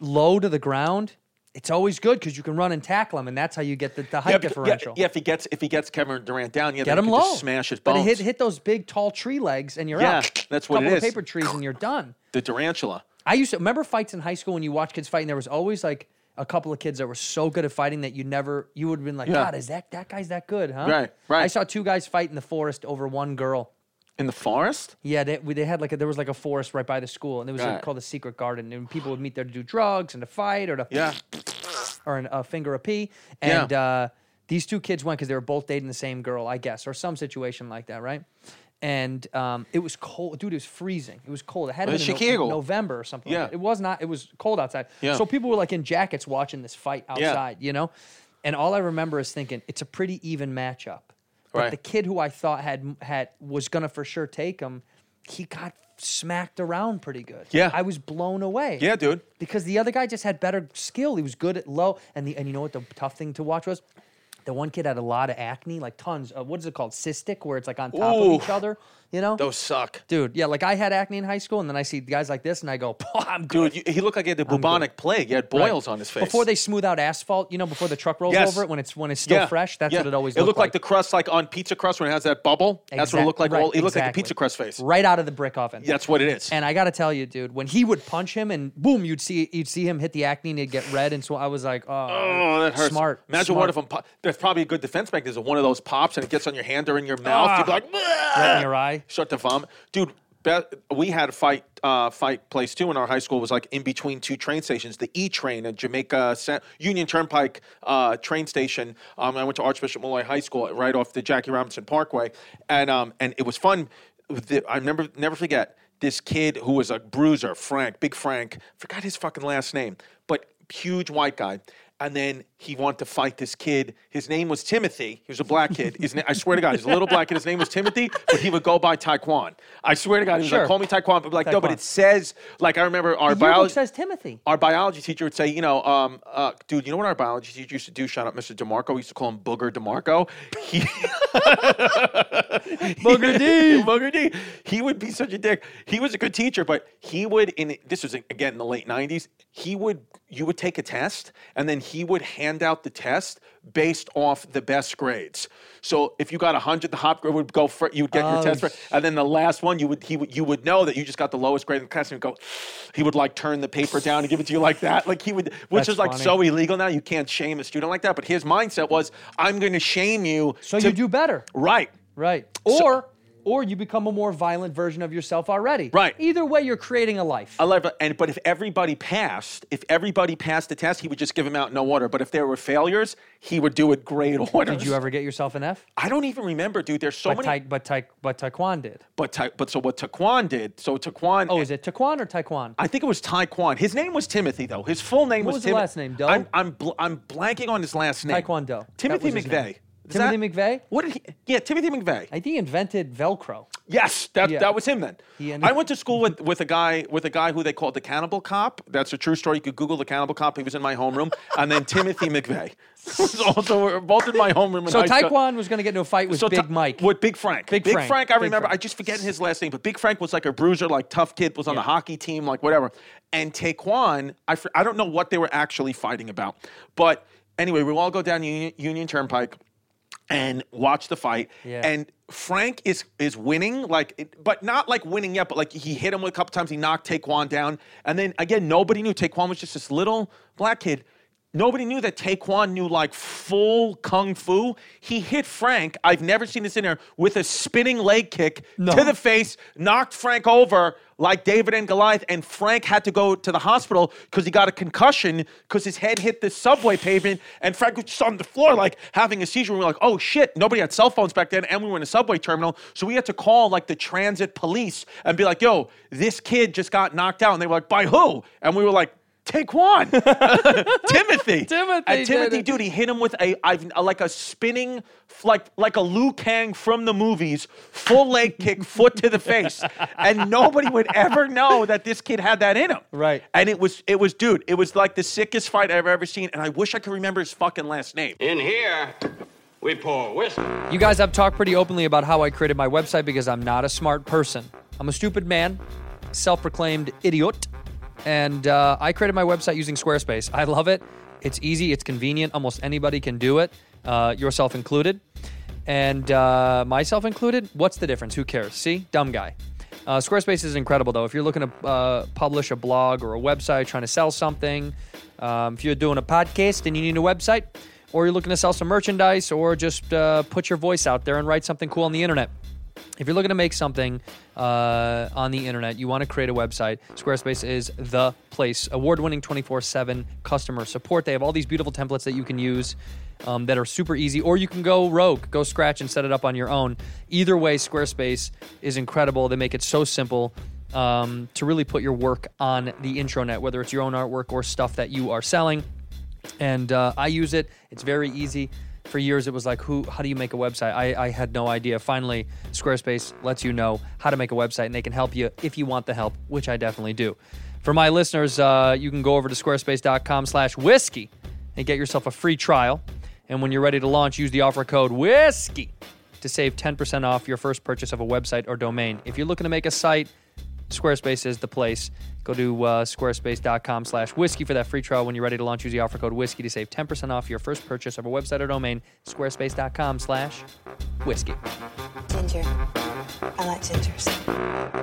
Speaker 1: low to the ground, it's always good because you can run and tackle him, and that's how you get the, the height
Speaker 9: bec-
Speaker 1: differential.
Speaker 9: Yeah, if he gets if he gets Kevin Durant down, yeah,
Speaker 1: Get
Speaker 9: then
Speaker 1: him
Speaker 9: he could
Speaker 1: low.
Speaker 9: just smash his
Speaker 1: But
Speaker 9: bones.
Speaker 1: hit hit those big tall tree legs, and you're
Speaker 9: Yeah,
Speaker 1: out.
Speaker 9: that's what it
Speaker 1: Couple of
Speaker 9: is.
Speaker 1: paper trees, and you're done.
Speaker 9: the tarantula.
Speaker 1: I used to remember fights in high school when you watch kids fight, and there was always like a couple of kids that were so good at fighting that you never you would have been like,
Speaker 9: Yeah.
Speaker 1: God, is that that guy's that good, huh?
Speaker 9: Right, right.
Speaker 1: I saw two guys fight in the forest over one girl.
Speaker 9: In the forest?
Speaker 1: Yeah, they, we- they had like a, there was like a forest right by the school, and it was like,
Speaker 9: Right.
Speaker 1: called the secret garden, and people would meet there to do drugs and to fight or to
Speaker 9: Yeah.
Speaker 1: or an, a finger a pee.
Speaker 9: Yeah.
Speaker 1: And uh, these two kids went because they were both dating the same girl, I guess, or some situation like that, right? And um, it was cold, dude. It was freezing. It was cold. It had to
Speaker 9: Well,
Speaker 1: been in
Speaker 9: Chicago.
Speaker 1: No- November or something. like
Speaker 9: Yeah.
Speaker 1: that. it was not. It was cold outside.
Speaker 9: Yeah.
Speaker 1: so people were like in jackets watching this fight outside. You know, and all I remember is thinking it's a pretty even matchup. But
Speaker 9: Right.
Speaker 1: the kid who I thought had had was gonna for sure take him, he got smacked around pretty good.
Speaker 9: Yeah.
Speaker 1: I was blown away
Speaker 9: Yeah, dude.
Speaker 1: because the other guy just had better skill. He was good at low, and the and you know what the tough thing to watch was. The one kid had a lot of acne, like tons. Of, what is it called? Cystic, where it's like on top of each
Speaker 9: Oof.
Speaker 1: other. You know,
Speaker 9: Those suck.
Speaker 1: dude. Yeah, like I had acne in high school, and then I see guys like this, and I go, "Pah, "I'm good."
Speaker 9: Dude, you, he looked like he had the bubonic plague. He had
Speaker 1: Right.
Speaker 9: boils on his face.
Speaker 1: Before they smooth out asphalt, you know, before the truck rolls
Speaker 9: Yes.
Speaker 1: over it, when it's when it's still
Speaker 9: Yeah,
Speaker 1: fresh, that's
Speaker 9: yeah.
Speaker 1: what it always
Speaker 9: It
Speaker 1: looked
Speaker 9: looked like. the crust, like on pizza crust when it has that bubble. That's what it
Speaker 1: Exact-
Speaker 9: looked like.
Speaker 1: right,
Speaker 9: all, it looked like a
Speaker 1: exactly.
Speaker 9: pizza crust face.
Speaker 1: right out of the brick oven.
Speaker 9: That's what it is.
Speaker 1: And I got to tell you, dude, when he would punch him and boom, you'd see you'd see him hit the acne and it'd get red, and so I was like, oh,
Speaker 9: Oh, that hurts.
Speaker 1: Smart.
Speaker 9: Imagine
Speaker 1: smart.
Speaker 9: one of them. Pop- There's probably a good defense mechanism. One of those pops and it gets on your hand or in your mouth.
Speaker 1: Ah.
Speaker 9: You'd be like,
Speaker 1: Right in your eye.
Speaker 9: Shut the vomit, dude. Be- we had a fight, uh, fight place too in our high school was like in between two train stations, the E train and Jamaica Sa- Union Turnpike uh, train station. Um, I went to Archbishop Malloy High School right off the Jackie Robinson Parkway, and um, and it was fun. The- I never never forget this kid who was a bruiser, Frank, Big Frank. Forgot his fucking last name, but huge white guy. And then he wanted to fight this kid. His name was Timothy. He was a black kid. His na- I swear to God, he's a little black kid. His name was Timothy, but he would go by Taekwon. I swear to God, he was
Speaker 1: Sure.
Speaker 9: like, call me Taekwon. But I'd be like, no, but
Speaker 1: Taekwon.
Speaker 9: it says, like, I remember our
Speaker 1: The yearbook
Speaker 9: biology
Speaker 1: says Timothy.
Speaker 9: our biology teacher would say, you know, um, uh, dude, you know what our biology teacher used to do? Shout out Mr. DeMarco. We used to call him Booger DeMarco. He, Booger D. Booger D. He would be such a dick. He was a good teacher, but he would, in this was again in the late 90s, he would, you would take a test and then he would hand out the test based off the best grades. So if you got 100, the top grade would go, fir- you would get
Speaker 1: Oh,
Speaker 9: your test. first. And then the last one, you would he would you would know that you just got the lowest grade in the class, and he'd go, he would like turn the paper down and give it to you like that, like he would, which
Speaker 1: That's
Speaker 9: is like
Speaker 1: funny.
Speaker 9: so illegal now. You can't shame a student like that. But his mindset was, I'm going to shame you.
Speaker 1: So
Speaker 9: to-
Speaker 1: you do better.
Speaker 9: right,
Speaker 1: Right.
Speaker 9: So-
Speaker 1: Or or you become a more violent version of yourself already.
Speaker 9: Right.
Speaker 1: Either way, you're creating a life.
Speaker 9: I love it. And but if everybody passed, if everybody passed the test, he would just give them out in no order. But if there were failures, he would do it grade order.
Speaker 1: Did you ever get yourself an F?
Speaker 9: I don't even remember, dude. There's so
Speaker 1: But
Speaker 9: many.
Speaker 1: tai, but tai, but Taekwon did.
Speaker 9: but ta- but so what Taekwon did? So Taekwon.
Speaker 1: Oh, is it Taekwon or Taekwon?
Speaker 9: I think it was Taekwon. His name was Timothy, though. His full name
Speaker 1: What
Speaker 9: was
Speaker 1: was the
Speaker 9: Timothy.
Speaker 1: last name, Doe?
Speaker 9: I'm I'm, bl- I'm blanking on his last name.
Speaker 1: Taekwondo. That
Speaker 9: Timothy
Speaker 1: was his name.
Speaker 9: McVeigh. Is
Speaker 1: Timothy
Speaker 9: that-
Speaker 1: McVeigh?
Speaker 9: What did he? Yeah, Timothy McVeigh.
Speaker 1: I think he invented Velcro.
Speaker 9: yes, that,
Speaker 1: Yeah.
Speaker 9: that was him then.
Speaker 1: He and-
Speaker 9: I went to school with, with a guy with a guy who they called the Cannibal Cop. That's a true story. You could Google the Cannibal Cop. He was in my homeroom, and then Timothy McVeigh was also both in my homeroom. in
Speaker 1: So
Speaker 9: high school.
Speaker 1: Taekwon was going to get into a fight with
Speaker 9: So
Speaker 1: Big
Speaker 9: Ta-
Speaker 1: Mike.
Speaker 9: With Big Frank.
Speaker 1: Big Frank.
Speaker 9: I
Speaker 1: Big
Speaker 9: remember.
Speaker 1: Frank.
Speaker 9: I just forget his last name, but Big Frank was like a bruiser, like tough kid, was on the hockey team, like whatever. And Taekwon, I, fr- I don't know what they were actually fighting about. But anyway, we all go down Union, Union Turnpike and watch the fight.
Speaker 1: Yeah.
Speaker 9: And Frank is is winning, like, it- but not like winning yet. But like he hit him a couple times. He knocked Taekwon down, and then again, nobody knew Taekwon was just this little black kid. Nobody knew that Taekwon knew like full kung fu. He hit Frank. I've never seen this in there with a spinning leg kick
Speaker 1: No.
Speaker 9: to the face, knocked Frank over like David and Goliath, and Frank had to go to the hospital because he got a concussion because his head hit the subway pavement, and Frank was just on the floor like having a seizure. We were like, oh shit, nobody had cell phones back then, and we were in a subway terminal, so we had to call like the transit police and be like, yo, this kid just got knocked out, and they were like, by who? And we were like. Take one, Timothy.
Speaker 1: Timothy
Speaker 9: and
Speaker 1: did
Speaker 9: Timothy,
Speaker 1: it.
Speaker 9: dude, he hit him with a, I've, a- like a spinning, f- like like a Liu Kang from the movies, full leg kick, foot to the face, and nobody would ever know that this kid had that in him.
Speaker 1: Right.
Speaker 9: And it was, it was, dude, it was like the sickest fight I've ever seen, and I wish I could remember his fucking last name.
Speaker 2: In here, we pour whiskey.
Speaker 1: You guys, I've talked pretty openly about how I created my website because I'm not a smart person. I'm a stupid man, self proclaimed idiot. And uh, I created my website using Squarespace. I love it. It's easy, it's convenient. Almost anybody can do it, uh, yourself included. And uh, myself included, what's the difference? Who cares? See? Dumb guy. Uh, Squarespace is incredible, though. If you're looking to uh, publish a blog or a website, trying to sell something, um, if you're doing a podcast and you need a website, or you're looking to sell some merchandise, or just uh, put your voice out there and write something cool on the internet. If you're looking to make something uh, on the internet, you want to create a website, Squarespace is the place. Award winning 24 7 customer support. They have all these beautiful templates that you can use um, that are super easy, or you can go rogue, go scratch and set it up on your own. Either way, Squarespace is incredible. They make it so simple um, to really put your work on the intranet, whether it's your own artwork or stuff that you are selling and uh, I use it. It's very easy. For years, it was like, who? How do you make a website? I, I had no idea. Finally, Squarespace lets you know how to make a website, and they can help you if you want the help, which I definitely do. For my listeners, uh, you can go over to squarespace.com/whiskey and get yourself a free trial. And when you're ready to launch, use the offer code whiskey to save 10% off your first purchase of a website or domain. If you're looking to make a site, Squarespace is the place. Go to uh, squarespace.com slash whiskey for that free trial. When you're ready to launch, use the offer code whiskey to save 10% off your first purchase of a website or domain, squarespace.com slash whiskey.
Speaker 8: Ginger. I like gingers.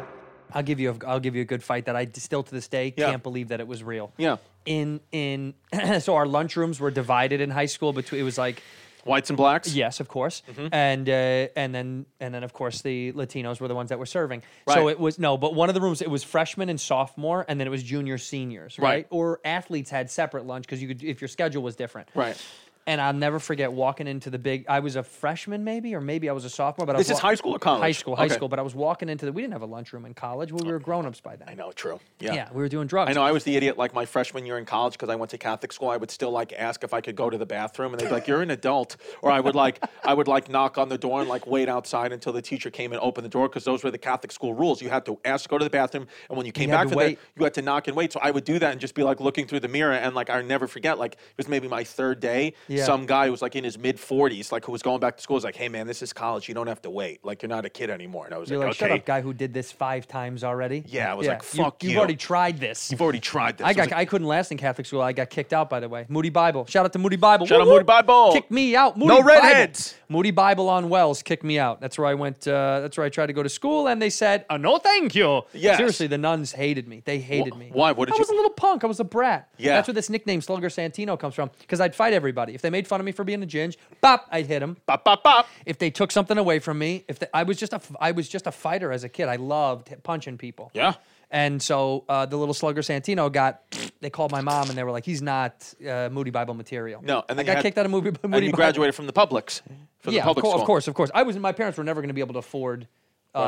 Speaker 1: I'll give you a, I'll give you a good fight that I d- still to this day
Speaker 9: Yeah.
Speaker 1: can't believe that it was real.
Speaker 9: Yeah.
Speaker 1: In, in, so our lunchrooms were divided in high school between, it was like,
Speaker 9: Whites and blacks.
Speaker 1: Yes, of course.
Speaker 9: Mm-hmm.
Speaker 1: And uh, and then and then of course the Latinos were the ones that were serving. So
Speaker 9: Right.
Speaker 1: it was no, but one of the rooms it was freshman and sophomore, and then it was junior seniors, right?
Speaker 9: Right.
Speaker 1: Or athletes had separate lunch because you could if your schedule was different,
Speaker 9: Right.
Speaker 1: And I'll never forget walking into the big. I was a freshman, maybe, or maybe I was a sophomore. But I
Speaker 9: This
Speaker 1: was
Speaker 9: is high school or college?
Speaker 1: High school, high
Speaker 9: Okay.
Speaker 1: school. But I was walking into the. We didn't have a lunchroom in college. We were grown ups by then.
Speaker 9: I know, true. Yeah.
Speaker 1: Yeah. we were doing drugs.
Speaker 9: I know I was the idiot like my freshman year in college because I went to Catholic school. I would still like ask if I could go to the bathroom, and they'd be like, "You're an adult," or I would like I would like knock on the door and like wait outside until the teacher came and opened the door because those were the Catholic school rules. You had to ask to go to the bathroom, and when you came
Speaker 1: had
Speaker 9: back
Speaker 1: to
Speaker 9: for
Speaker 1: wait.
Speaker 9: that, you had to knock and wait. So I would do that and just be like looking through the mirror, and like I never forget. Like it was maybe my third day.
Speaker 1: Yeah.
Speaker 9: Some guy who was like in his mid forties, like who was going back to school, was like, "Hey man, this is college. You don't have to wait. Like you're not a kid anymore." And I was
Speaker 1: You're
Speaker 9: like,
Speaker 1: like,
Speaker 9: "Okay."
Speaker 1: shut up, guy who did this five times already.
Speaker 9: Yeah, I was like, "Fuck
Speaker 1: You've
Speaker 9: you."
Speaker 1: already tried this.
Speaker 9: You've already tried this.
Speaker 1: I
Speaker 9: was
Speaker 1: got.
Speaker 9: like,
Speaker 1: I couldn't last in Catholic school. I got kicked out. By the way, Moody Bible. Shout out to Moody Bible.
Speaker 9: Shout out
Speaker 1: Woo-woo.
Speaker 9: Moody Bible.
Speaker 1: Kick me out. Moody
Speaker 9: No
Speaker 1: Bible.
Speaker 9: redheads.
Speaker 1: Moody Bible on Wells. Kick me out. That's where I went. Uh, that's where I tried to go to school, and they said, "Uh, "No, thank you."
Speaker 9: Yes.
Speaker 1: Seriously, the nuns hated me. They hated me.
Speaker 9: why? What did
Speaker 1: I was
Speaker 9: you-
Speaker 1: a little punk. I was a brat.
Speaker 9: Yeah.
Speaker 1: That's where this nickname Slugger Santino comes from. Because I'd fight everybody. If they made fun of me for being a ginge, bop, I'd hit them.
Speaker 9: Bop, bop, bop.
Speaker 1: If they took something away from me, if they, I was just a, f- I was just a fighter as a kid. I loved punching people.
Speaker 9: Yeah.
Speaker 1: And so uh, the little slugger Santino got. They called my mom and they were like, "He's not uh, Moody Bible material."
Speaker 9: No, and
Speaker 1: I
Speaker 9: then you
Speaker 1: got
Speaker 9: had-
Speaker 1: kicked out of Moody, Moody
Speaker 9: and you
Speaker 1: Bible.
Speaker 9: graduated from the Publix. From
Speaker 1: yeah,
Speaker 9: the public
Speaker 1: of, cour-
Speaker 9: school.
Speaker 1: of course, of course. I was. My parents were never going to be able to afford uh,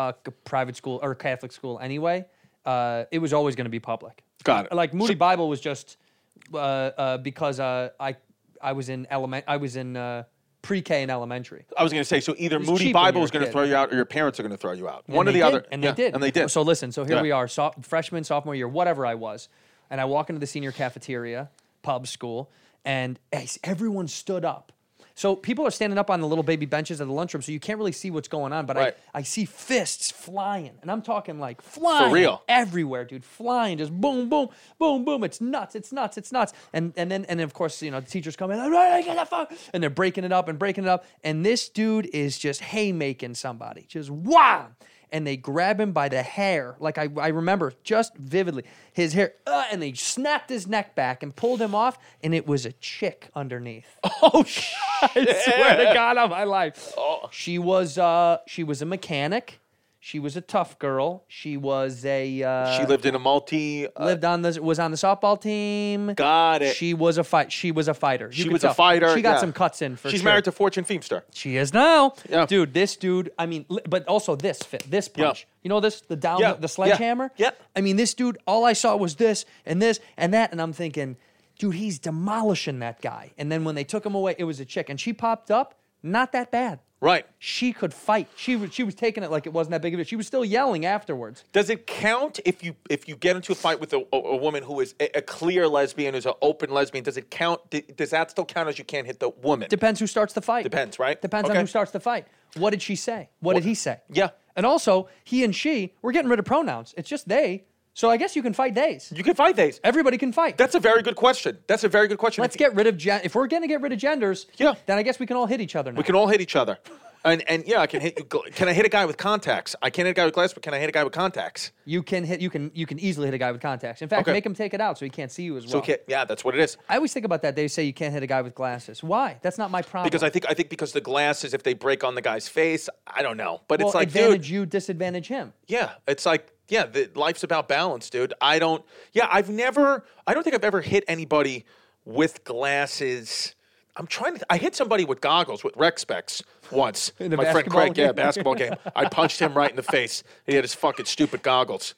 Speaker 1: uh, c- private school or Catholic school anyway. Uh, it was always going to be public.
Speaker 9: Got it.
Speaker 1: Like Moody
Speaker 9: So-
Speaker 1: Bible was just uh, uh, because uh, I I was in element. I was in uh, pre-K and elementary.
Speaker 9: I was going to say so either
Speaker 1: was
Speaker 9: Moody
Speaker 1: cheap when you
Speaker 9: Bible
Speaker 1: were
Speaker 9: is
Speaker 1: a
Speaker 9: going to
Speaker 1: kid.
Speaker 9: throw you out or your parents are going to throw you out.
Speaker 1: And
Speaker 9: One or
Speaker 1: they
Speaker 9: the
Speaker 1: did,
Speaker 9: other.
Speaker 1: And
Speaker 9: Yeah,
Speaker 1: they did.
Speaker 9: And they did.
Speaker 1: So listen, so here
Speaker 9: Yeah.
Speaker 1: we are, so, freshman, sophomore year, whatever I was. And I walk into the senior cafeteria, pub school, and es- everyone stood up. So people are standing up on the little baby benches of the lunchroom, so you can't really see what's going on. But
Speaker 9: Right.
Speaker 1: I, I see fists flying, and I'm talking like flying
Speaker 9: real.
Speaker 1: everywhere, dude, flying, just boom, boom, boom, boom. It's nuts, it's nuts, it's nuts. And and then and then, of course, you know, the teachers come in, "All right, get the fuck, and they're breaking it up and breaking it up. And this dude is just haymaking somebody, just wow. and they grab him by the hair. Like I, I remember just vividly his hair, uh, and they snapped his neck back and pulled him off, and it was a chick underneath.
Speaker 9: Oh shit!
Speaker 1: I swear to God on my life. She was uh she was a mechanic. She was a tough girl. She was a uh,
Speaker 9: She lived in a multi. Uh,
Speaker 1: lived on the was on the softball team.
Speaker 9: Got it.
Speaker 1: She was a fight. She was a fighter. You
Speaker 9: she
Speaker 1: could
Speaker 9: was
Speaker 1: tell.
Speaker 9: a fighter.
Speaker 1: She got
Speaker 9: yeah.
Speaker 1: some cuts in for
Speaker 9: She's
Speaker 1: sure.
Speaker 9: married to Fortune Fame star.
Speaker 1: She is now,
Speaker 9: Yeah.
Speaker 1: dude. This dude, I mean, li- but also this fit, this
Speaker 9: Yeah.
Speaker 1: punch. You know this, the down,
Speaker 9: Yeah,
Speaker 1: the sledgehammer.
Speaker 9: yeah, yeah.
Speaker 1: I mean, this dude. All I saw was this and this and that, and I'm thinking, dude, he's demolishing that guy. And then when they took him away, it was a chick, and she popped up. Not that bad.
Speaker 9: Right.
Speaker 1: She could fight. She was she was taking it like it wasn't that big of a. She was still yelling afterwards.
Speaker 9: Does it count if you if you get into a fight with a, a, a woman who is a, a clear lesbian, who's an open lesbian? Does it count? d- Does that still count as you can't hit the woman?
Speaker 1: Depends who starts the fight.
Speaker 9: Depends, right?
Speaker 1: Depends on
Speaker 9: Okay.
Speaker 1: who starts the fight. What did she say? What did he say?
Speaker 9: Yeah.
Speaker 1: And also, he and she, we're getting rid of pronouns. It's just they. So I guess you can fight theys.
Speaker 9: you can fight these.
Speaker 1: Everybody can fight.
Speaker 9: That's a very good question. That's a very good question.
Speaker 1: Let's
Speaker 9: If-
Speaker 1: get rid of gen- if we're gonna get rid of genders.
Speaker 9: Yeah.
Speaker 1: Then I guess we can all hit each other now.
Speaker 9: We can all hit each other, and and yeah, I can hit. you gl- Can I hit a guy with contacts? I can't hit a guy with glass, but can I hit a guy with contacts?
Speaker 1: you can hit. You can. You can easily hit a guy with contacts. In fact,
Speaker 9: Okay.
Speaker 1: make him take it out so he can't see you as well.
Speaker 9: So okay, yeah, that's what it is.
Speaker 1: I always think about that. They say you can't hit a guy with glasses. Why? That's not my problem.
Speaker 9: Because I think I think because the glasses, if they break on the guy's face, I don't know. But
Speaker 1: well,
Speaker 9: it's like, dude,
Speaker 1: advantage you, disadvantage him.
Speaker 9: Yeah, it's like yeah, the, life's about balance, dude. I don't. Yeah, I've never. I don't think I've ever hit anybody with glasses. I'm trying to. I hit somebody with goggles with rec specs once.
Speaker 1: In a
Speaker 9: My friend
Speaker 1: basketball
Speaker 9: Craig, yeah,
Speaker 1: game?
Speaker 9: basketball game. I punched him right in the face. He had his fucking stupid goggles.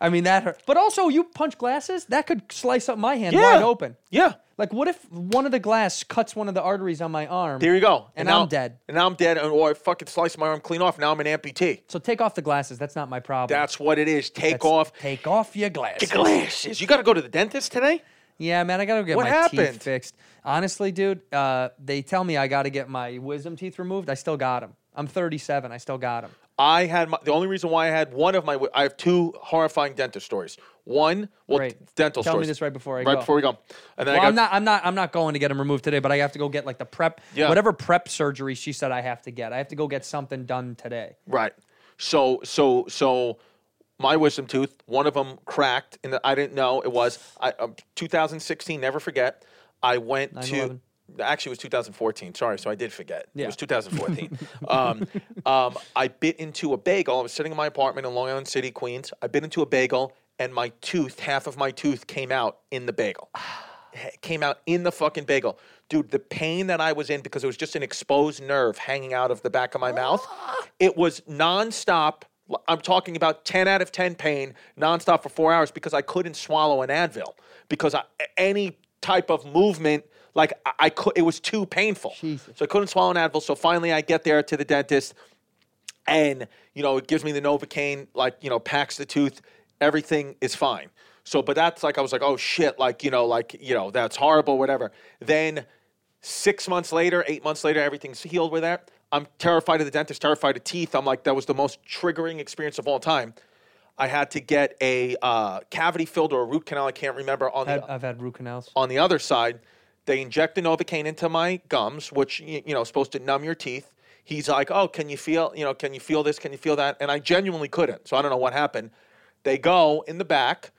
Speaker 1: I mean that hurt. But also, you punch glasses that could slice up my hand
Speaker 9: Yeah.
Speaker 1: wide open.
Speaker 9: Yeah.
Speaker 1: Like, what if one of the glass cuts one of the arteries on my arm?
Speaker 9: There you go.
Speaker 1: And,
Speaker 9: now-
Speaker 1: I'm dead.
Speaker 9: And now I'm dead. and- Or I fucking sliced my arm clean off. Now I'm an amputee.
Speaker 1: So take off the glasses. That's not my problem.
Speaker 9: That's what it is. Take
Speaker 1: That's-
Speaker 9: off
Speaker 1: Take off your
Speaker 9: the
Speaker 1: glasses.
Speaker 9: glasses. You got to go to the dentist today.
Speaker 1: Yeah, man, I gotta get
Speaker 9: What
Speaker 1: my
Speaker 9: happened?
Speaker 1: teeth fixed. Honestly, dude, uh, they tell me I gotta get my wisdom teeth removed. I still got them. I'm 37. I still got them.
Speaker 9: I had my, the only reason why I had one of my I have two horrifying dentist stories. One, well,
Speaker 1: Great.
Speaker 9: d- dental
Speaker 1: Tell me
Speaker 9: stories.
Speaker 1: this right before I
Speaker 9: Right
Speaker 1: go.
Speaker 9: before we go, and then
Speaker 1: Well,
Speaker 9: I got
Speaker 1: I'm not. I'm not. I'm not going to get them removed today. But I have to go get like the prep,
Speaker 9: Yeah.
Speaker 1: whatever prep surgery she said I have to get. I have to go get something done today.
Speaker 9: right. So so so, my wisdom tooth, one of them cracked, and I didn't know it was. I um, 2016, never forget. I went to.
Speaker 1: 9/11.
Speaker 9: Actually, it was 2014. Sorry, so I did forget. It
Speaker 1: Yeah.
Speaker 9: was 2014. um, um, I bit into a bagel. I was sitting in my apartment in Long Island City, Queens. I bit into a bagel, and my tooth, half of my tooth, came out in the bagel. it came out in the fucking bagel. Dude, the pain that I was in because it was just an exposed nerve hanging out of the back of my mouth. It was nonstop. L- I'm talking about 10 out of 10 pain nonstop for four hours because I couldn't swallow an Advil because I, any type of movement, like I, I could, it was too painful. So I couldn't swallow an Advil. So finally, I get there to the dentist and you know it gives me the novocaine like you know packs the tooth everything is fine so but that's like i was like oh shit like you know like you know that's horrible whatever then six months later eight months later everything's healed with that i'm terrified of the dentist terrified of teeth i'm like that was the most triggering experience of all time i had to get a uh, cavity filled or a root canal i can't remember on
Speaker 1: I've,
Speaker 9: the
Speaker 1: I've had root canals.
Speaker 9: on the other side, they inject the Novocaine into my gums, which y- you know is supposed to numb your teeth. He's like, "Oh, can you feel? You know, can you feel this? Can you feel that?" And I genuinely couldn't, so I don't know what happened. They go in the back,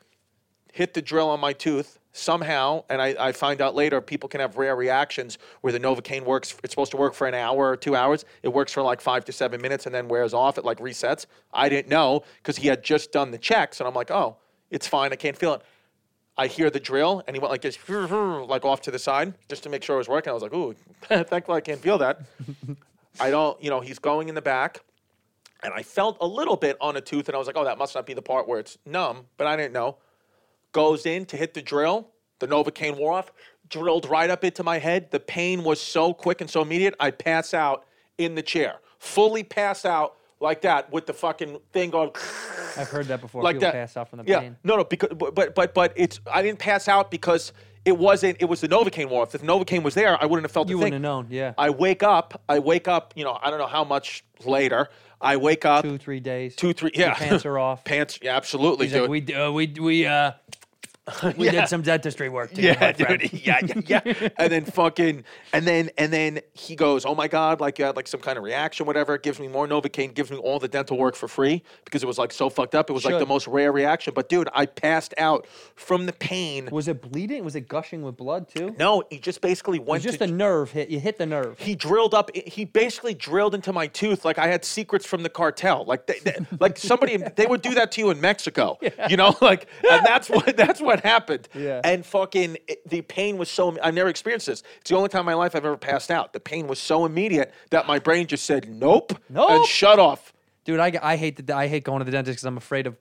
Speaker 9: hit the drill on my tooth somehow, and I, I find out later people can have rare reactions where the Novocaine works. It's supposed to work for an hour or two hours. It works for like five to seven minutes and then wears off. It like resets. I didn't know because he had just done the checks, and I'm like, "Oh, it's fine. I can't feel it." I hear the drill, and he went like this, like off to the side, just to make sure it was working. I was like, "Ooh, thankfully I can't feel that." I don't, you know, he's going in the back, and I felt a little bit on a tooth, and I was like, "Oh, that must not be the part where it's numb," but I didn't know. Goes in to hit the drill. The Novocaine wore off, drilled right up into my head. The pain was so quick and so immediate. I pass out in the chair, fully pass out like that, with the fucking thing going.
Speaker 1: I've heard that before.
Speaker 9: like
Speaker 1: People
Speaker 9: that.
Speaker 1: pass out from the
Speaker 9: yeah.
Speaker 1: pain.
Speaker 9: No, no, because but but- but but it's I didn't pass out because it wasn't it was the Novocaine war. If the Novocaine was there, I wouldn't have felt
Speaker 1: You
Speaker 9: the
Speaker 1: wouldn't
Speaker 9: thing.
Speaker 1: have known. Yeah.
Speaker 9: I wake up, I wake up, you know, I don't know how much later. I wake up
Speaker 1: two, three days.
Speaker 9: two, three yeah.
Speaker 1: Your pants are off.
Speaker 9: pants yeah, absolutely,
Speaker 1: He's like,
Speaker 9: dude.
Speaker 1: we, uh, we, we, uh, We did some dentistry work together.
Speaker 9: Yeah,
Speaker 1: my friend.
Speaker 9: dude. Yeah, yeah, yeah. and then fucking, and then and then he goes, "Oh my god!" Like you had like some kind of reaction, whatever. Gives me more Novocaine. Gives me all the dental work for free because it was like so fucked up. It was like the
Speaker 1: Should.
Speaker 9: most rare reaction. But dude, I passed out from the pain.
Speaker 1: Was it bleeding? Was it gushing with blood too? It
Speaker 9: No, he just basically
Speaker 1: was
Speaker 9: went
Speaker 1: just
Speaker 9: to.
Speaker 1: a nerve hit. You hit the nerve.
Speaker 9: he drilled up. He basically drilled into my tooth like I had secrets from the cartel. Like, they, they- like somebody they would do that to you in Mexico. You know, like and that's what that's what happened.
Speaker 1: Yeah.
Speaker 9: And fucking it- the pain was so. I've never experienced this. It's the only time in my life I've ever passed out. The pain was so immediate that my brain just said nope,
Speaker 1: Nope.
Speaker 9: and shut off.
Speaker 1: Dude, I, I hate the, I hate going to the dentist because I'm afraid of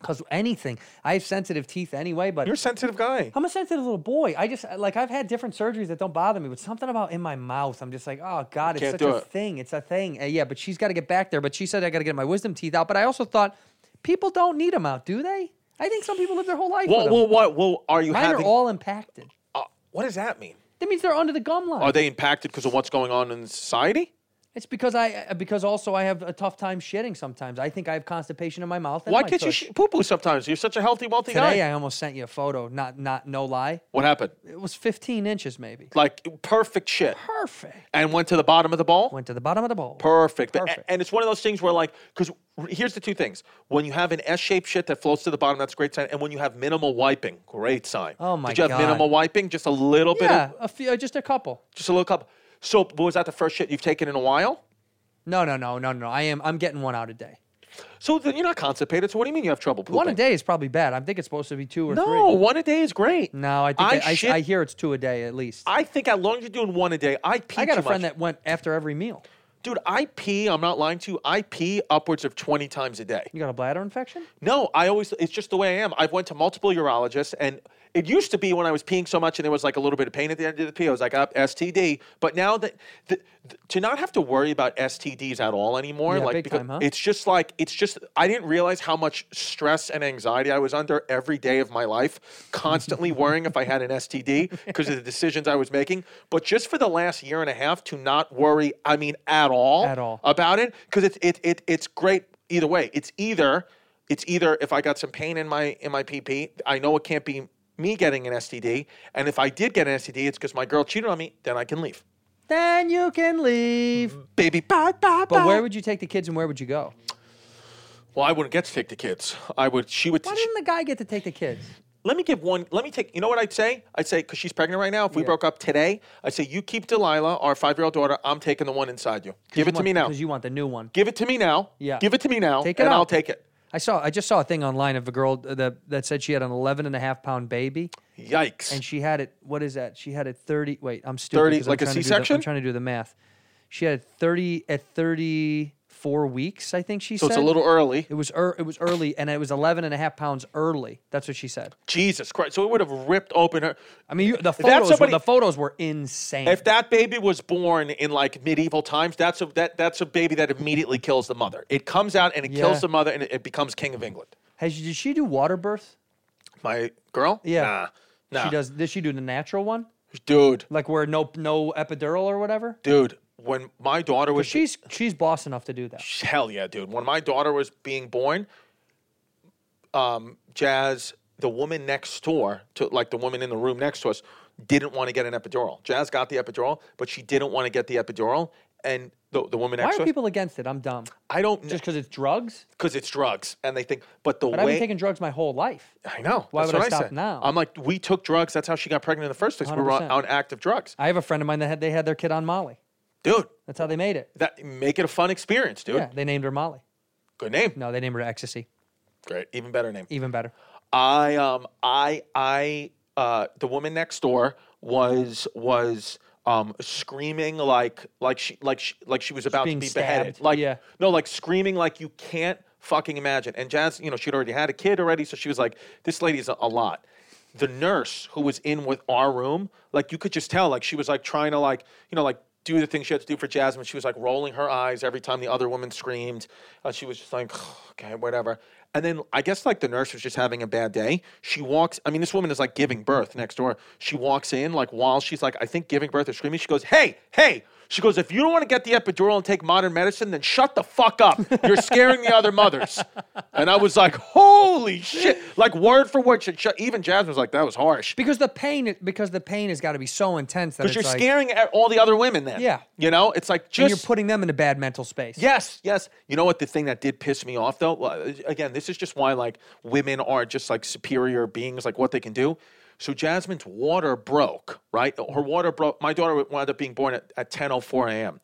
Speaker 1: because anything. I have sensitive teeth anyway, but
Speaker 9: You're a sensitive guy.
Speaker 1: I'm a sensitive little boy. I just like I've had different surgeries that don't bother me, but something about in my mouth, I'm just like, oh god, it's
Speaker 9: Can't
Speaker 1: such
Speaker 9: do
Speaker 1: a
Speaker 9: it.
Speaker 1: thing. It's a thing. Uh, yeah, but she's got to get back there. But she said I got to get my wisdom teeth out. But I also thought people don't need them out, do they? I think some people live their whole life with
Speaker 9: Well,
Speaker 1: 'em.
Speaker 9: well, what? Well, are you
Speaker 1: Mine
Speaker 9: having?
Speaker 1: are all impacted.
Speaker 9: uh, what does that mean?
Speaker 1: That means they're under the gum line.
Speaker 9: Are they impacted because of what's going on in society?
Speaker 1: It's because I uh, because also I have a tough time shitting sometimes. I think I have constipation in my mouth. and
Speaker 9: Why
Speaker 1: my
Speaker 9: can't you
Speaker 1: tush.
Speaker 9: sh- poo poo sometimes? You're such a healthy, wealthy
Speaker 1: Today
Speaker 9: guy.
Speaker 1: I almost sent you a photo. Not not no lie.
Speaker 9: What happened?
Speaker 1: It was 15 inches maybe.
Speaker 9: Like perfect shit.
Speaker 1: Perfect.
Speaker 9: and went to the bottom of the ball.
Speaker 1: Went to the bottom of the bowl.
Speaker 9: Perfect. But-
Speaker 1: Perfect.
Speaker 9: And it's one of those things where, like, because here's the two things: when you have an S-shaped shit that floats to the bottom, that's a great sign, and when you have minimal wiping, great sign.
Speaker 1: Oh my
Speaker 9: Did you have
Speaker 1: God.
Speaker 9: minimal wiping? Just a little bit,
Speaker 1: yeah,
Speaker 9: of,
Speaker 1: a few, uh, just a couple.
Speaker 9: just a little cup. So was that the first shit you've taken in a while?
Speaker 1: No, no, no, no, no. I am. I'm getting one out a day.
Speaker 9: So then you're not constipated. So what do you mean you have trouble pooping?
Speaker 1: One a day is probably bad. I think it's supposed to be two or three.
Speaker 9: No, one a day is great.
Speaker 1: no. I think
Speaker 9: I
Speaker 1: I, I,
Speaker 9: shit-
Speaker 1: I hear it's two a day at least. I,
Speaker 9: I think as long as you're doing one a day, I pee.
Speaker 1: got a
Speaker 9: too
Speaker 1: friend
Speaker 9: much.
Speaker 1: that went after every meal.
Speaker 9: dude. I pee. I'm not lying to you. I pee upwards of 20 times a day.
Speaker 1: You got a bladder infection?
Speaker 9: No, I always it's just the way I am. I've went to multiple urologists and it used to be when I was peeing so much and there was like a little bit of pain at the end of the pee. I was like, up STD. But now that the, the- to not have to worry about STDs at all anymore,
Speaker 1: Yeah,
Speaker 9: like
Speaker 1: big
Speaker 9: because
Speaker 1: time, huh?
Speaker 9: it's just like it's just I didn't realize how much stress and anxiety I was under every day of my life, constantly worrying if I had an STD because of the decisions I was making. But just for the last year and a half to not worry, I mean, at all,
Speaker 1: At all.
Speaker 9: about it because it's it, it it's great either way. It's either it's either if I got some pain in my in my PP, I know it can't be me getting an STD, and if I did get an STD, it's because my girl cheated on me. Then I can leave,
Speaker 1: Then you can leave.
Speaker 9: baby. Bye bye.
Speaker 1: But
Speaker 9: bye.
Speaker 1: where would you take the kids and where would you go?
Speaker 9: Well, I wouldn't get to take the kids. I would. She would.
Speaker 1: Why
Speaker 9: she-
Speaker 1: didn't the guy get to take the kids?
Speaker 9: let me give one. Let me take. You know what I'd say? I'd say because she's pregnant right now. If we broke up today, I'd say you keep Delilah, our five-year-old daughter. I'm taking the one inside you. Give it to me now.
Speaker 1: Because you want the new one.
Speaker 9: Give it to me now.
Speaker 1: Yeah.
Speaker 9: Give it to me now,
Speaker 1: Take it
Speaker 9: and I'll
Speaker 1: out.
Speaker 9: take it.
Speaker 1: I saw. I just saw a thing online of a girl that that said she had an 11 and a half pound baby.
Speaker 9: Yikes.
Speaker 1: and she had it. What is that? She had it thirty. Wait, I'm stupid.
Speaker 9: 30
Speaker 1: 'cause I'm
Speaker 9: like a
Speaker 1: trying to do the-
Speaker 9: C-section?
Speaker 1: I'm trying to do the math. She had it thirty at thirty-four weeks. I think she
Speaker 9: so
Speaker 1: said.
Speaker 9: it's a little early.
Speaker 1: It was er, it was early, and it was 11 and a half pounds early. That's what she said.
Speaker 9: Jesus Christ! So it would have ripped open her.
Speaker 1: I mean, you, the
Speaker 9: that's
Speaker 1: photos were,
Speaker 9: somebody-
Speaker 1: the photos were insane.
Speaker 9: If that baby was born in like medieval times, that's a that that's a baby that immediately kills the mother. It comes out and it
Speaker 1: Yeah.
Speaker 9: kills the mother and it, it becomes king of England.
Speaker 1: Has she- did she do water birth?
Speaker 9: My girl?
Speaker 1: Yeah.
Speaker 9: Nah. nah.
Speaker 1: She does. Did she do the natural one,
Speaker 9: Dude,
Speaker 1: like where no no epidural or whatever?
Speaker 9: dude. When my daughter was
Speaker 1: She's she's boss enough to do that.
Speaker 9: hell yeah, dude. When my daughter was being born, um, Jazz, the woman next door to like the woman in the room next to us, didn't want to get an epidural. Jazz got the epidural, but she didn't want to get the epidural. And the, the woman
Speaker 1: Why are
Speaker 9: next to us,
Speaker 1: people against it? I'm dumb.
Speaker 9: I don't
Speaker 1: Just because it's drugs?
Speaker 9: because it's drugs, and they think. But the
Speaker 1: But I've
Speaker 9: way
Speaker 1: been taking drugs my whole life.
Speaker 9: I know.
Speaker 1: Why
Speaker 9: that's
Speaker 1: would I
Speaker 9: what
Speaker 1: stop
Speaker 9: said.
Speaker 1: now?
Speaker 9: I'm like, we took drugs. That's how she got pregnant in the first place. We were on,
Speaker 1: 100%.
Speaker 9: on active drugs,
Speaker 1: I have a friend of mine that had they had their kid on Molly.
Speaker 9: dude.
Speaker 1: That's how they made it.
Speaker 9: That make it a fun experience, dude.
Speaker 1: Yeah, they named her Molly.
Speaker 9: Good name.
Speaker 1: No, they named her Ecstasy.
Speaker 9: Great, even better name.
Speaker 1: Even better.
Speaker 9: I um I I uh the woman next door was was um screaming like like she like she like she was about to
Speaker 1: being
Speaker 9: be beheaded.
Speaker 1: stabbed,
Speaker 9: Like
Speaker 1: yeah.
Speaker 9: no, like screaming like you can't fucking imagine. And Jazz, you know, she'd already had a kid already, so she was like, This lady's a, a lot. The nurse who was in with our room, like you could just tell, like she was like trying to like, you know, like do the thing she had to do for Jasmine. She was like rolling her eyes every time the other woman screamed. Uh, she was just like, okay, whatever. And then I guess like the nurse was just having a bad day. She walks. I mean, this woman is like giving birth next door. She walks in like while she's like, I think giving birth or screaming. She goes, "Hey, hey, She goes, if you don't want to get the epidural and take modern medicine, then shut the fuck up. You're scaring the other mothers. And I was like, holy shit. Like word for word. She, she, even Jasmine was like, that was harsh.
Speaker 1: because the pain because the pain has got to be so intense that
Speaker 9: Because
Speaker 1: it's
Speaker 9: you're
Speaker 1: like,
Speaker 9: scaring at all the other women then.
Speaker 1: Yeah.
Speaker 9: You know, it's like
Speaker 1: and
Speaker 9: just.
Speaker 1: you're putting them in a bad mental space.
Speaker 9: Yes, yes. You know what? The thing that did piss me off, though, Well, uh, again, this is just why like women are just like superior beings, like what they can do. So Jasmine's water broke, right? Uh, Her water broke. My daughter wound up being born at, oh at 10:04 a.m.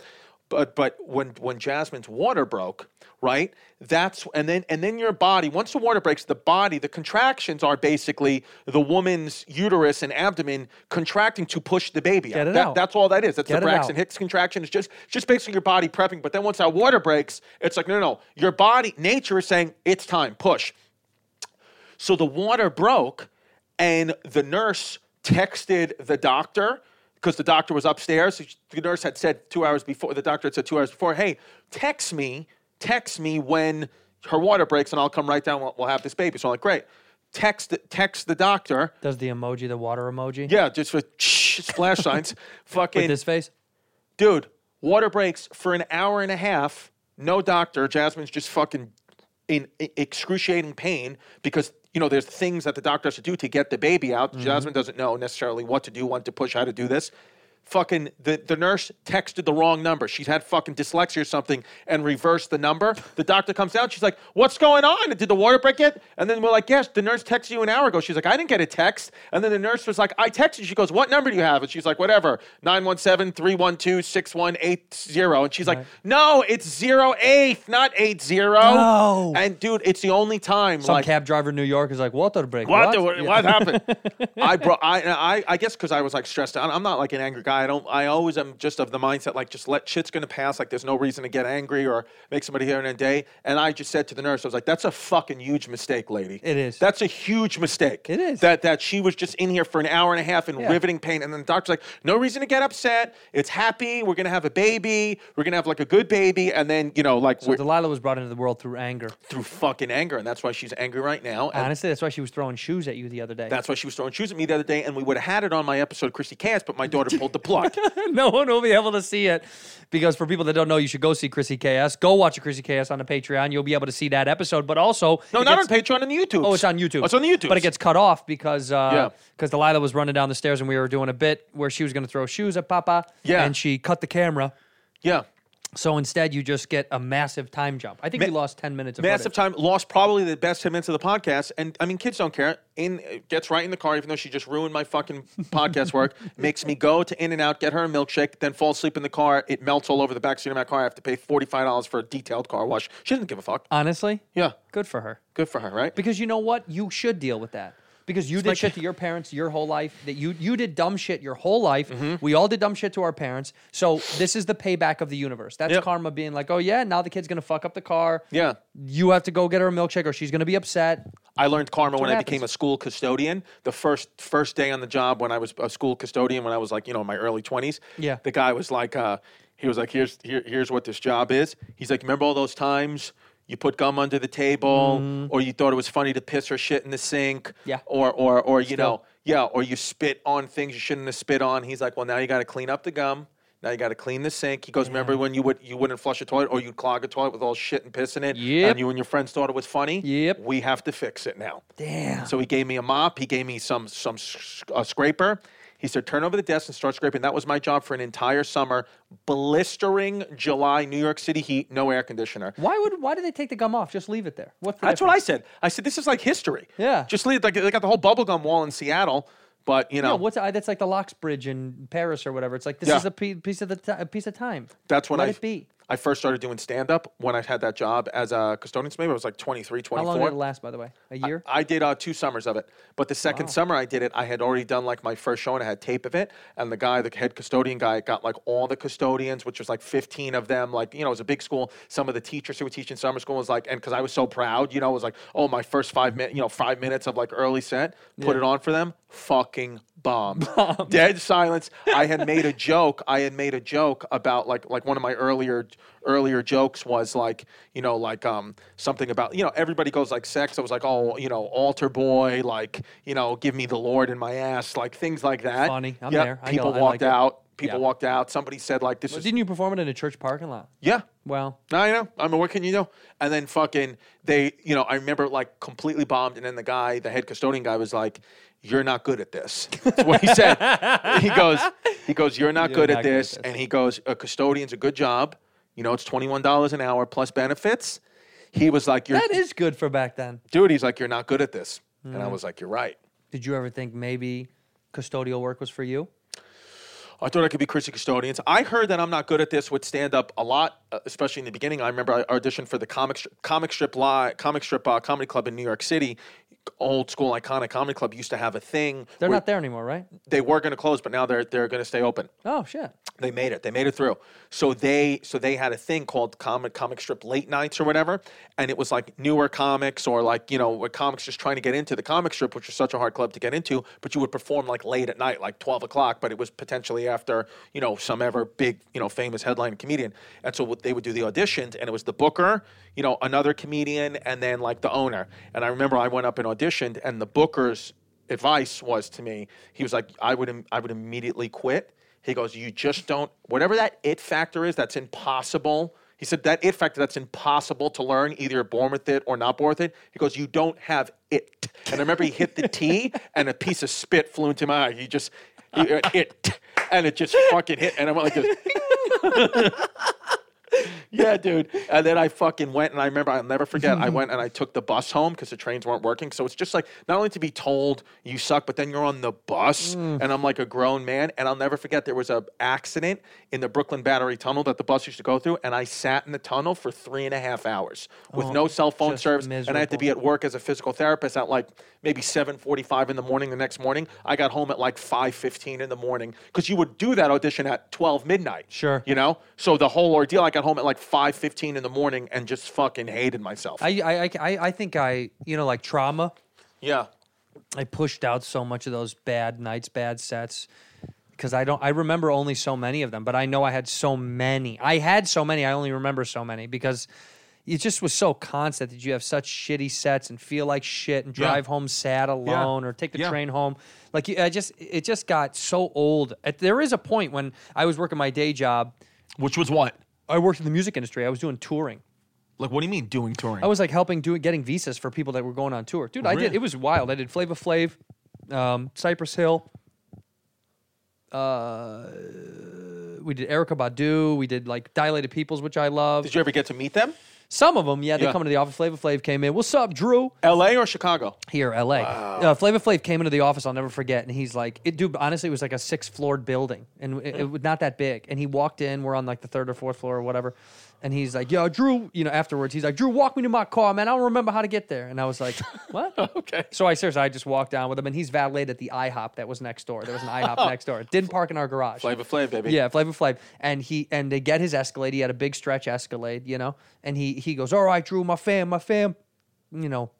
Speaker 9: But but when when Jasmine's water broke, right? That's and then and then your body. Once the water breaks, the body, the contractions are basically the woman's uterus and abdomen contracting to push the baby
Speaker 1: Get
Speaker 9: out.
Speaker 1: it
Speaker 9: That-
Speaker 1: out.
Speaker 9: That's all that is. That's
Speaker 1: Get
Speaker 9: the
Speaker 1: it out.
Speaker 9: Braxton Hicks contraction. It's just it's just basically your body prepping. But then once that water breaks, it's like no, no, no. Your body, nature is saying it's time, push. So the water broke, and the nurse texted the doctor because the doctor was upstairs. The nurse had said two hours before. The doctor had said two hours before, "Hey, text me, text me when her water breaks, and I'll come right down. We'll, we'll have this baby." So I'm like, "Great." Text text the doctor.
Speaker 1: Does the emoji, the water emoji,
Speaker 9: Yeah, just with splash signs. Fucking
Speaker 1: with this face?
Speaker 9: dude, water breaks for an hour and a half. No doctor. Jasmine's just fucking in i- excruciating pain because you know there's things that the doctor has to do to get the baby out. Jasmine doesn't know necessarily what to do, when to push, how to do this. Fucking the, the nurse texted the wrong number. She's had fucking dyslexia or something and reversed the number. The doctor comes out. She's like, "What's going on? Did the water break it?" And then we're like, "Yes, the nurse texted you an hour ago." She's like, "I didn't get a text." And then the nurse was like, "I texted." you." She goes, "What number do you have?" And she's like, "Whatever, 917-312-6180." And she's like, "No, it's zero eighth, not eight zero.
Speaker 1: No.
Speaker 9: And dude, it's the only time
Speaker 1: Some
Speaker 9: like
Speaker 1: cab driver in New York is like water break.
Speaker 9: what the-
Speaker 1: Yeah.
Speaker 9: what happened? I brought I I I guess because I was like stressed out. I'm not like an angry guy. I don't. I always am just of the mindset like just let shit's gonna pass. Like there's no reason to get angry or make somebody here in a day. And I just said to the nurse, I was like, that's a fucking huge mistake, lady.
Speaker 1: It is.
Speaker 9: That's a huge mistake.
Speaker 1: It is.
Speaker 9: That that she was just in here for an hour and a half in
Speaker 1: Yeah.
Speaker 9: riveting pain, and then the doctor's like, no reason to get upset. It's happy. We're gonna have a baby. We're gonna have like a good baby, and then you know like
Speaker 1: So
Speaker 9: we're
Speaker 1: Delilah was brought into the world through anger.
Speaker 9: through fucking anger, and that's why she's angry right now. And
Speaker 1: Honestly, that's why she was throwing shoes at you the other day.
Speaker 9: That's why she was throwing shoes at me the other day, and we would have had it on my episode of Christy Cass, but my daughter pulled the plug.
Speaker 1: no one will be able to see it because for people that don't know, you should go see Chrissy KS. Go watch a Chrissy KS on the Patreon. You'll be able to see that episode. But also,
Speaker 9: No,
Speaker 1: it
Speaker 9: not on
Speaker 1: gets-
Speaker 9: Patreon, on YouTube.
Speaker 1: Oh, it's on YouTube.
Speaker 9: Oh, it's on the YouTube.
Speaker 1: But it gets cut off because
Speaker 9: Yeah.
Speaker 1: uh, because Delilah was running down the stairs and we were doing a bit where she was going to throw shoes at Papa.
Speaker 9: Yeah.
Speaker 1: And she cut the camera.
Speaker 9: yeah.
Speaker 1: So instead, you just get a massive time jump. I think we lost ten minutes. of
Speaker 9: Massive
Speaker 1: footage.
Speaker 9: time lost probably the best ten minutes of the podcast, and I mean kids don't care. In gets right in the car, even though she just ruined my fucking podcast work. Makes me go to In and Out, get her a milkshake, then fall asleep in the car. It melts all over the backseat of my car. I have to pay forty five dollars for a detailed car wash. She doesn't give a fuck.
Speaker 1: Honestly,
Speaker 9: Yeah,
Speaker 1: good for her.
Speaker 9: good for her, right?
Speaker 1: Because you know what? You should deal with that. Because you did shit to your parents your whole life. That you you did dumb shit your whole life.
Speaker 9: Mm-hmm.
Speaker 1: We all did dumb shit to our parents. So this is the payback of the universe. That's
Speaker 9: Yep.
Speaker 1: karma being like, oh yeah, now the kid's gonna fuck up the car.
Speaker 9: Yeah.
Speaker 1: You have to go get her a milkshake or she's gonna be upset.
Speaker 9: I learned karma when
Speaker 1: what
Speaker 9: I became a
Speaker 1: happens.
Speaker 9: school custodian. The first first day on the job when I was a school custodian when I was like, you know, in my early 20s.
Speaker 1: Yeah.
Speaker 9: The guy was like uh he was like, "Here's here, here's what this job is." He's like, "Remember all those times you put gum under the table or you thought it was funny to piss or shit in the sink?"
Speaker 1: Mm-hmm. Yeah.
Speaker 9: Or or or you know, yeah, or you spit on things you shouldn't have spit on. He's like, "Well, now you got to clean up the gum." Now you got to clean the sink. He goes, "Remember when you would you wouldn't flush a toilet, or you'd clog a toilet with all shit and piss in it,
Speaker 1: Yep.
Speaker 9: and you and your friends thought it was funny?
Speaker 1: Yep.
Speaker 9: we have to fix it now."
Speaker 1: Damn.
Speaker 9: So he gave me a mop. He gave me some some s- a scraper. He said, "Turn over the desk and start scraping." That was my job for an entire summer, blistering July New York City heat, no air conditioner.
Speaker 1: Why would why do they take the gum off? Just leave it there. What's the
Speaker 9: That's what I
Speaker 1: difference?
Speaker 9: said. I said, "This is like history."
Speaker 1: Yeah.
Speaker 9: just leave. it. Like they got the whole bubblegum wall in Seattle, but you know
Speaker 1: Yeah, what's I, that's like the Locks Bridge in Paris or whatever. It's like this
Speaker 9: Yeah.
Speaker 1: is a pe- piece of the ti- a piece of time.
Speaker 9: that's when
Speaker 1: Let
Speaker 9: I
Speaker 1: it be.
Speaker 9: I first started doing stand up when I had that job as a custodian. So maybe I was like 23, 24.
Speaker 1: How long did it last? By the way, a year.
Speaker 9: I did uh, two summers of it, but the second summer I did it, I had already done like my first show and I had tape of it. And the guy, the head custodian guy, got like all the custodians, which was like 15 of them. Like, you know, it was a big school. Some of the teachers who were teaching summer school was like, and because I was so proud, you know, it was like, oh, my first five minutes, you know, five minutes of like early set, put it on for them, fucking bomb. Dead silence. I had made a joke. I had made a joke about like, like one of my earlier, earlier jokes was like, you know, like um something about you know everybody goes like sex. I was like, oh, you know, altar boy, like you know, give me the Lord in my ass, like things like that.
Speaker 1: Funny. I'm there. I go-
Speaker 9: People
Speaker 1: I like
Speaker 9: walked
Speaker 1: it.
Speaker 9: out. People
Speaker 1: Yeah.
Speaker 9: walked out. Somebody said like this is
Speaker 1: Didn't you perform it in a church parking lot?
Speaker 9: yeah.
Speaker 1: Well,
Speaker 9: No, I know. I mean, what can you do? And then fucking they, you know, I remember like completely bombed. And then the guy, the head custodian guy, was like, "You're not good at this." That's what he said. he goes, he goes, "You're not,
Speaker 1: You're
Speaker 9: good,
Speaker 1: not
Speaker 9: at
Speaker 1: good at
Speaker 9: this.
Speaker 1: this.
Speaker 9: And he goes, "A custodian's a good job. You know, it's twenty one dollars an hour plus benefits." He was like, "You're
Speaker 1: that is Hmm. good for back then.
Speaker 9: dude." He's like, "You're not good at this." And I was like, "You're right."
Speaker 1: Did you ever think maybe custodial work was for you?
Speaker 9: I thought I could be Chrissy Custodians. I heard that I'm not good at this would stand up a lot, uh, especially in the beginning. I remember I auditioned for the comic strip, comic strip live, comic strip uh, comedy club in New York City. Old school iconic comedy club used to have a thing.
Speaker 1: They're
Speaker 9: where
Speaker 1: not there anymore, right?
Speaker 9: They were going to close, but now they're they're going to stay open.
Speaker 1: Oh shit.
Speaker 9: They made it. They made it through. So they so they had a thing called comic comic strip late nights or whatever, and it was like newer comics or like you know what comics just trying to get into the comic strip, which was such a hard club to get into. But you would perform like late at night, like twelve o'clock, but it was potentially after you know some ever big you know famous headline comedian. And so what they would do the auditions, and it was the booker, you know, another comedian, and then like the owner. And I remember I went up and auditioned, and the booker's advice was to me, he was like, I would Im- I would immediately quit. He goes, You just don't, whatever that it factor is, that's impossible. He said, That it factor, that's impossible to learn. Either you're born with it or not born with it. He goes, You don't have it. And I remember he hit the T and a piece of spit flew into my eye. He just, he went, it. And it just fucking hit. And I'm like, this, yeah, dude. And then I fucking went, and I remember I'll never forget. I went and I took the bus home because the trains weren't working. So it's just like not only to be told you suck, but then you're on the bus,
Speaker 1: Mm.
Speaker 9: and I'm like a grown man. And I'll never forget there was a accident in the Brooklyn Battery Tunnel that the bus used to go through, and I sat in the tunnel for three and a half hours with no cell
Speaker 1: Oh,
Speaker 9: phone
Speaker 1: just
Speaker 9: service, and I had to
Speaker 1: miserable.
Speaker 9: be at work as a physical therapist at like maybe 7:45 in the morning the next morning. I got home at like 5:15 in the morning because you would do that audition at 12 midnight.
Speaker 1: Sure.
Speaker 9: You know? So the whole ordeal, I got home at like 5.15 in the morning and just fucking hated myself.
Speaker 1: I I, I I I think I you know like trauma.
Speaker 9: yeah.
Speaker 1: I pushed out so much of those bad nights, bad sets because I don't I remember only so many of them, but I know I had so many. I had so many, I only remember so many because it just was so constant that you have such shitty sets and feel like shit and drive home sad alone or take the
Speaker 9: Yeah.
Speaker 1: train home. Like you, I just it just got so old. At, there is a point when I was working my day job.
Speaker 11: Which was what?
Speaker 1: I worked in the music industry. I was doing touring.
Speaker 11: Like, what do you mean doing touring?
Speaker 1: I was like helping doing getting visas for people that were going on tour. Dude, I did.
Speaker 11: Really?
Speaker 1: It was wild. I did Flava Flav, um, Cypress Hill. Uh, we did Erica Badu. We did like Dilated Peoples, which I love.
Speaker 9: Did you ever get to meet them?
Speaker 1: Some of them, yeah, they
Speaker 9: Yeah.
Speaker 1: come into the office. Flava Flav came in. What's up, Drew?
Speaker 9: L.A. or Chicago?
Speaker 1: Here, L.A. Uh, Flava Flav came into the office. I'll never forget. And he's like, it, "Dude, honestly, it was like a six-floored building, and it, it was not that big." And he walked in. We're on like the third or fourth floor or whatever. And he's like, "Yo, Drew," you know. Afterwards, he's like, "Drew, walk me to my car, man. I don't remember how to get there." And I was like, "What?"
Speaker 9: Okay.
Speaker 1: So I seriously, I just walked down with him, and he's valeted at the IHOP that was next door. There was an IHOP next door. It didn't park in our garage.
Speaker 9: Oh. Flavor Flav, baby.
Speaker 1: Yeah, Flavor Flav, and he and they get his Escalade. He had a big stretch Escalade, you know, and he he goes, "All right, Drew, my fam, my fam, you know."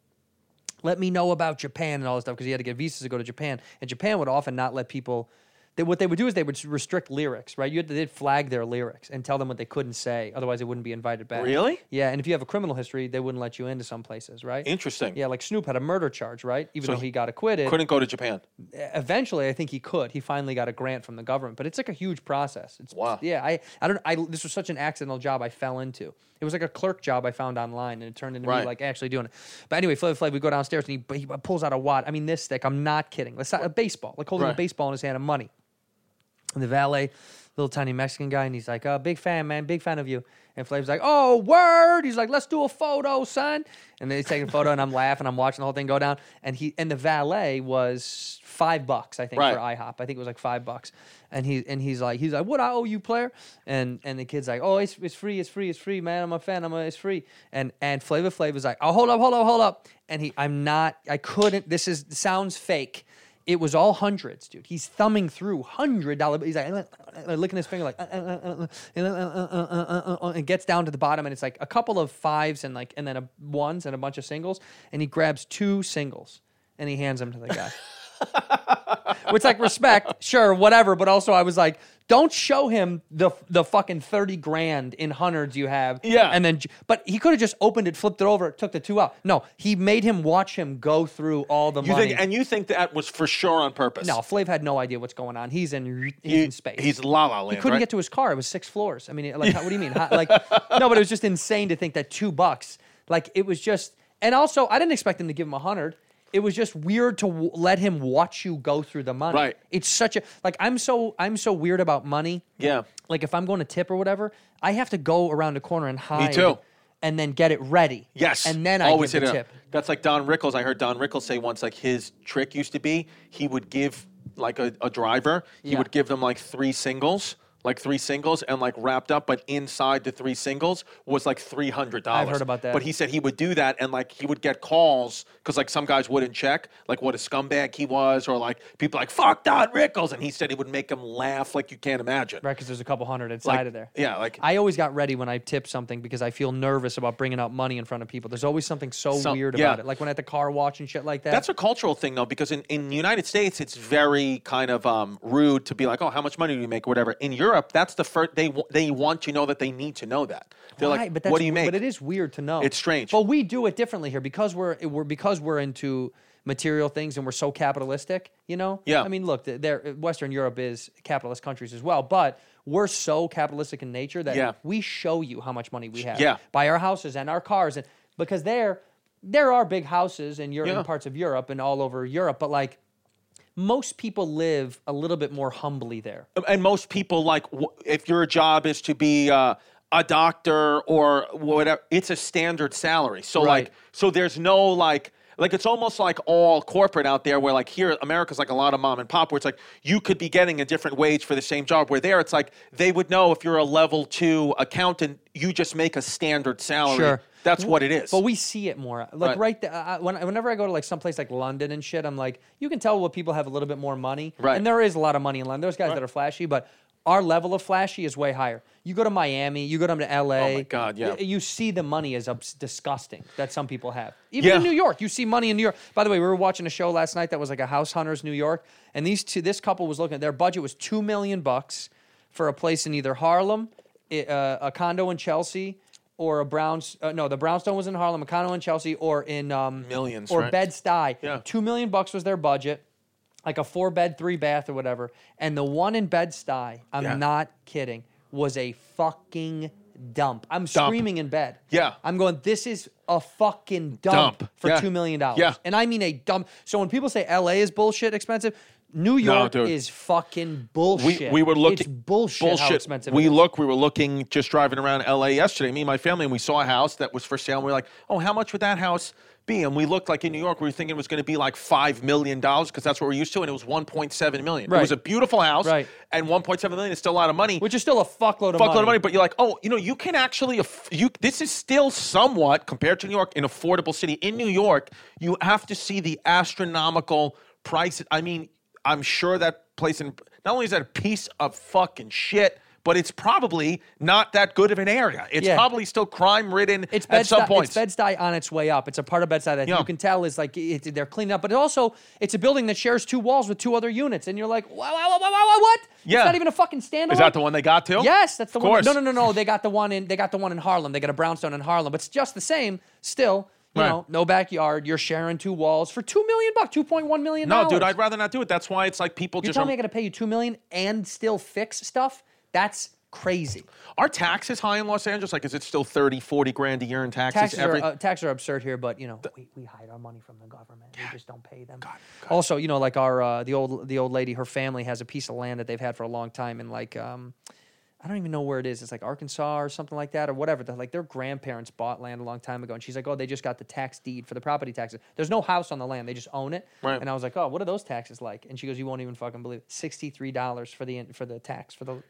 Speaker 1: Let me know about Japan and all this stuff because he had to get visas to go to Japan. And Japan would often not let people. They, what they would do is they would restrict lyrics, right? You had to they'd flag their lyrics and tell them what they couldn't say, otherwise they wouldn't be invited back.
Speaker 9: Really?
Speaker 1: Yeah, and if you have a criminal history, they wouldn't let you into some places, right?
Speaker 9: Interesting.
Speaker 1: Yeah, like Snoop had a murder charge, right? Even
Speaker 9: So
Speaker 1: though
Speaker 9: he
Speaker 1: he got acquitted
Speaker 9: Couldn't go to Japan.
Speaker 1: eventually I think he could. He finally got a grant from the government, but it's like a huge process. It's
Speaker 9: Wow.
Speaker 1: yeah, I I don't I this was such an accidental job I fell into. It was like a clerk job I found online and it turned into me
Speaker 9: Right.
Speaker 1: like actually doing it. But anyway, Flav Flav, we go downstairs and he, but he pulls out a wad. I mean this thick, I'm not kidding. Let's a baseball, like holding a
Speaker 9: Right.
Speaker 1: baseball in his hand of money. And the valet, little tiny Mexican guy, and he's like, uh, big fan, man, big fan of you. And Flav's like, oh, word. He's like, let's do a photo, son. And then he's taking a photo, and I'm laughing. I'm watching the whole thing go down. And he and the valet was five bucks, I think, for
Speaker 9: Right.
Speaker 1: IHOP. I think it was like five bucks. And he and he's like, he's like, what I owe you, player? And and the kid's like, oh, it's, it's free, it's free, it's free, man. I'm a fan. I'm a, it's free. And and Flavor Flav is like, oh, hold up, hold up, hold up. And he, I'm not, I couldn't. This is sounds fake. It was all hundreds, dude. He's thumbing through hundred dollar. He's like, licking his finger, like, uh, uh, uh, uh, uh, uh, uh, uh, uh, and gets down to the bottom, and it's like a couple of fives and like, and then a ones and a bunch of singles, and he grabs two singles and he hands them to the guy. Which like respect, sure, whatever, but also I was like, don't show him the the fucking thirty grand in hundreds you have.
Speaker 9: Yeah.
Speaker 1: and then j- but he could have just opened it, flipped it over, took the two out. No, he made him watch him go through all the
Speaker 9: You
Speaker 1: money.
Speaker 9: think and you think that was for sure on purpose?
Speaker 1: no, Flav had no idea what's going on. He's in he's
Speaker 9: He-
Speaker 1: in space.
Speaker 9: He's la la land.
Speaker 1: He couldn't
Speaker 9: right?
Speaker 1: get to his car. It was six floors. I mean, like, how- what do you mean? How, like, no, but it was just insane to think that two bucks. Like, it was just, and also, I didn't expect him to give him a hundred. It was just weird to w- let him watch you go through the money.
Speaker 9: Right.
Speaker 1: It's such a like. I'm so I'm so weird about money.
Speaker 9: Yeah.
Speaker 1: Like if I'm going to tip or whatever, I have to go around a corner and hide.
Speaker 9: too.
Speaker 1: And then get it ready.
Speaker 9: Yes.
Speaker 1: And then I
Speaker 9: always
Speaker 1: give
Speaker 9: hit
Speaker 1: the
Speaker 9: it
Speaker 1: tip.
Speaker 9: up. That's like Don Rickles. I heard Don Rickles say once, like his trick used to be he would give like a, a driver, he
Speaker 1: Yeah.
Speaker 9: would give them like three singles, like three singles, and like wrapped up, but inside the three singles was like three hundred dollars.
Speaker 1: I've heard about that.
Speaker 9: But he said he would do that, and like he would get calls because like some guys wouldn't check, like what a scumbag he was, or like people like fuck Don Rickles, and he said it would make them laugh like you can't imagine.
Speaker 1: Right, because there's a couple hundred inside
Speaker 9: Like,
Speaker 1: of there.
Speaker 9: yeah, like-
Speaker 1: I always got ready when I tip something because I feel nervous about bringing up money in front of people. There's always something so
Speaker 9: Some-
Speaker 1: weird
Speaker 9: yeah.
Speaker 1: about it, like when at the car watch and shit like that.
Speaker 9: That's a cultural thing though, because in, in the United States, it's very kind of um, rude to be like, "Oh, how much money do you make?" or whatever. In Europe, that's the first they wa- they want you to know that they need to know that. They're
Speaker 1: Right,
Speaker 9: like,
Speaker 1: but that's,
Speaker 9: "What do you
Speaker 1: w-
Speaker 9: make?"
Speaker 1: But it is weird to know.
Speaker 9: It's strange.
Speaker 1: But we do it differently here because we're we're because we're into material things and we're so capitalistic. You know.
Speaker 9: Yeah.
Speaker 1: I mean, look, th- there Western Europe is capitalist countries as well, but we're so capitalistic in nature that
Speaker 9: Yeah.
Speaker 1: we show you how much money we have.
Speaker 9: Yeah.
Speaker 1: By our houses and our cars and because there there are big houses in Europe
Speaker 9: Yeah.
Speaker 1: in parts of Europe and all over Europe, but like. Most people live a little bit more humbly there.
Speaker 9: and most people like, w- if your job is to be uh, a doctor or whatever, it's a standard salary. So
Speaker 1: Right.
Speaker 9: like, so there's no like. Like it's almost like all corporate out there, where like here America's like a lot of mom and pop, where it's like you could be getting a different wage for the same job. Where there, it's like they would know if you're a level two accountant, you just make a standard salary.
Speaker 1: Sure.
Speaker 9: that's what it is.
Speaker 1: But we see it more, like
Speaker 9: Right.
Speaker 1: right, there. I, I- when, whenever I go to like someplace like London and shit, I'm like, you can tell what people have a little bit more money,
Speaker 9: Right.
Speaker 1: And there is a lot of money in London. There's guys that are flashy, but our level of flashy is way higher. You go to Miami, you go down to L.A.
Speaker 9: Oh my God, yeah.
Speaker 1: y- You, see the money as ups- disgusting that some people have. Even in
Speaker 9: Yeah.
Speaker 1: New York, you see money in New York. By the way, we were watching a show last night that was like a House Hunters New York, and these two, this couple was looking. Their budget was two million bucks for a place in either Harlem, i- uh, a condo in Chelsea, or a Browns. Uh, no, the Brownstone was in Harlem, a condo in Chelsea, or in um,
Speaker 9: Millions,
Speaker 1: or
Speaker 9: right?
Speaker 1: Bed Stuy.
Speaker 9: Yeah.
Speaker 1: two million bucks was their budget. Like a four bed, three bath, or whatever. And the one in Bed Stuy, I'm
Speaker 9: Yeah.
Speaker 1: not kidding, was a fucking dump. I'm
Speaker 9: Dump.
Speaker 1: screaming in bed.
Speaker 9: Yeah.
Speaker 1: I'm going, this is a fucking dump,
Speaker 9: Dump.
Speaker 1: for
Speaker 9: Yeah.
Speaker 1: $2 million.
Speaker 9: Yeah.
Speaker 1: And I mean a dump. So when people say LA is bullshit expensive, New York
Speaker 9: dude.
Speaker 1: is fucking
Speaker 9: we,
Speaker 1: bullshit.
Speaker 9: we were looking
Speaker 1: It's bullshit, how expensive.
Speaker 9: we
Speaker 1: it is.
Speaker 9: look we were looking just driving around LA yesterday me and my family and we saw a house that was for sale and we were like oh how much would that house be and we looked like in New York we were thinking it was going to be like 5 million dollars because that's what we're used to and it was 1.7 million it was
Speaker 1: Right.
Speaker 9: a beautiful house
Speaker 1: Right.
Speaker 9: and 1.7 million is still a lot of money
Speaker 1: Which is still a fuckload of
Speaker 9: fuckload
Speaker 1: money.
Speaker 9: of money but you're like oh you know you can actually aff- you this is still somewhat compared to New York an affordable city in New York you have to see the astronomical price I mean I'm sure that place in not only is that a piece of fucking shit but it's probably not that good of an area it's
Speaker 1: Yeah.
Speaker 9: probably still crime ridden
Speaker 1: It's
Speaker 9: at
Speaker 1: Bed-Stuy,
Speaker 9: some points
Speaker 1: It's Bed-Stuy on its way up. It's a part of Bed-Stuy that
Speaker 9: Yeah.
Speaker 1: you can tell is like it, they're cleaning up, but it also it's a building that shares two walls with two other units, and you're like, wow, wow, wow, wow, wow, what?
Speaker 9: Yeah.
Speaker 1: It's not even a fucking standalone.
Speaker 9: is that the one they got to
Speaker 1: Yes, that's the
Speaker 9: Of
Speaker 1: one.
Speaker 9: course.
Speaker 1: No, no, no, no. They got the one in. They got the one in Harlem. They got a brownstone in Harlem. It's just the same. Still, you
Speaker 9: Right.
Speaker 1: know, no backyard. You're sharing two walls for two million bucks, two point one million.
Speaker 9: no dude I'd rather not do it that's why it's like people
Speaker 1: You're
Speaker 9: just
Speaker 1: telling me
Speaker 9: rem-
Speaker 1: I got to pay you two million and still fix stuff? That's crazy.
Speaker 9: are taxes high in Los Angeles like is it still 30 40 grand a year in taxes,
Speaker 1: Taxes
Speaker 9: every
Speaker 1: are uh, taxes are absurd here, but you know we, we hide our money from the government. We just don't pay them. Also, you know, like our uh, the old the old lady, her family has a piece of land that they've had for a long time, and like um, I don't even know where it is. It's like Arkansas or something like that, or whatever. They're like their grandparents bought land a long time ago, and she's like, oh, they just got the tax deed for the property taxes. There's no house on the land; they just own it.
Speaker 9: Right.
Speaker 1: And I was like, oh, what are those taxes like? And she goes, you won't even fucking believe it. Sixty three dollars for the for the tax for the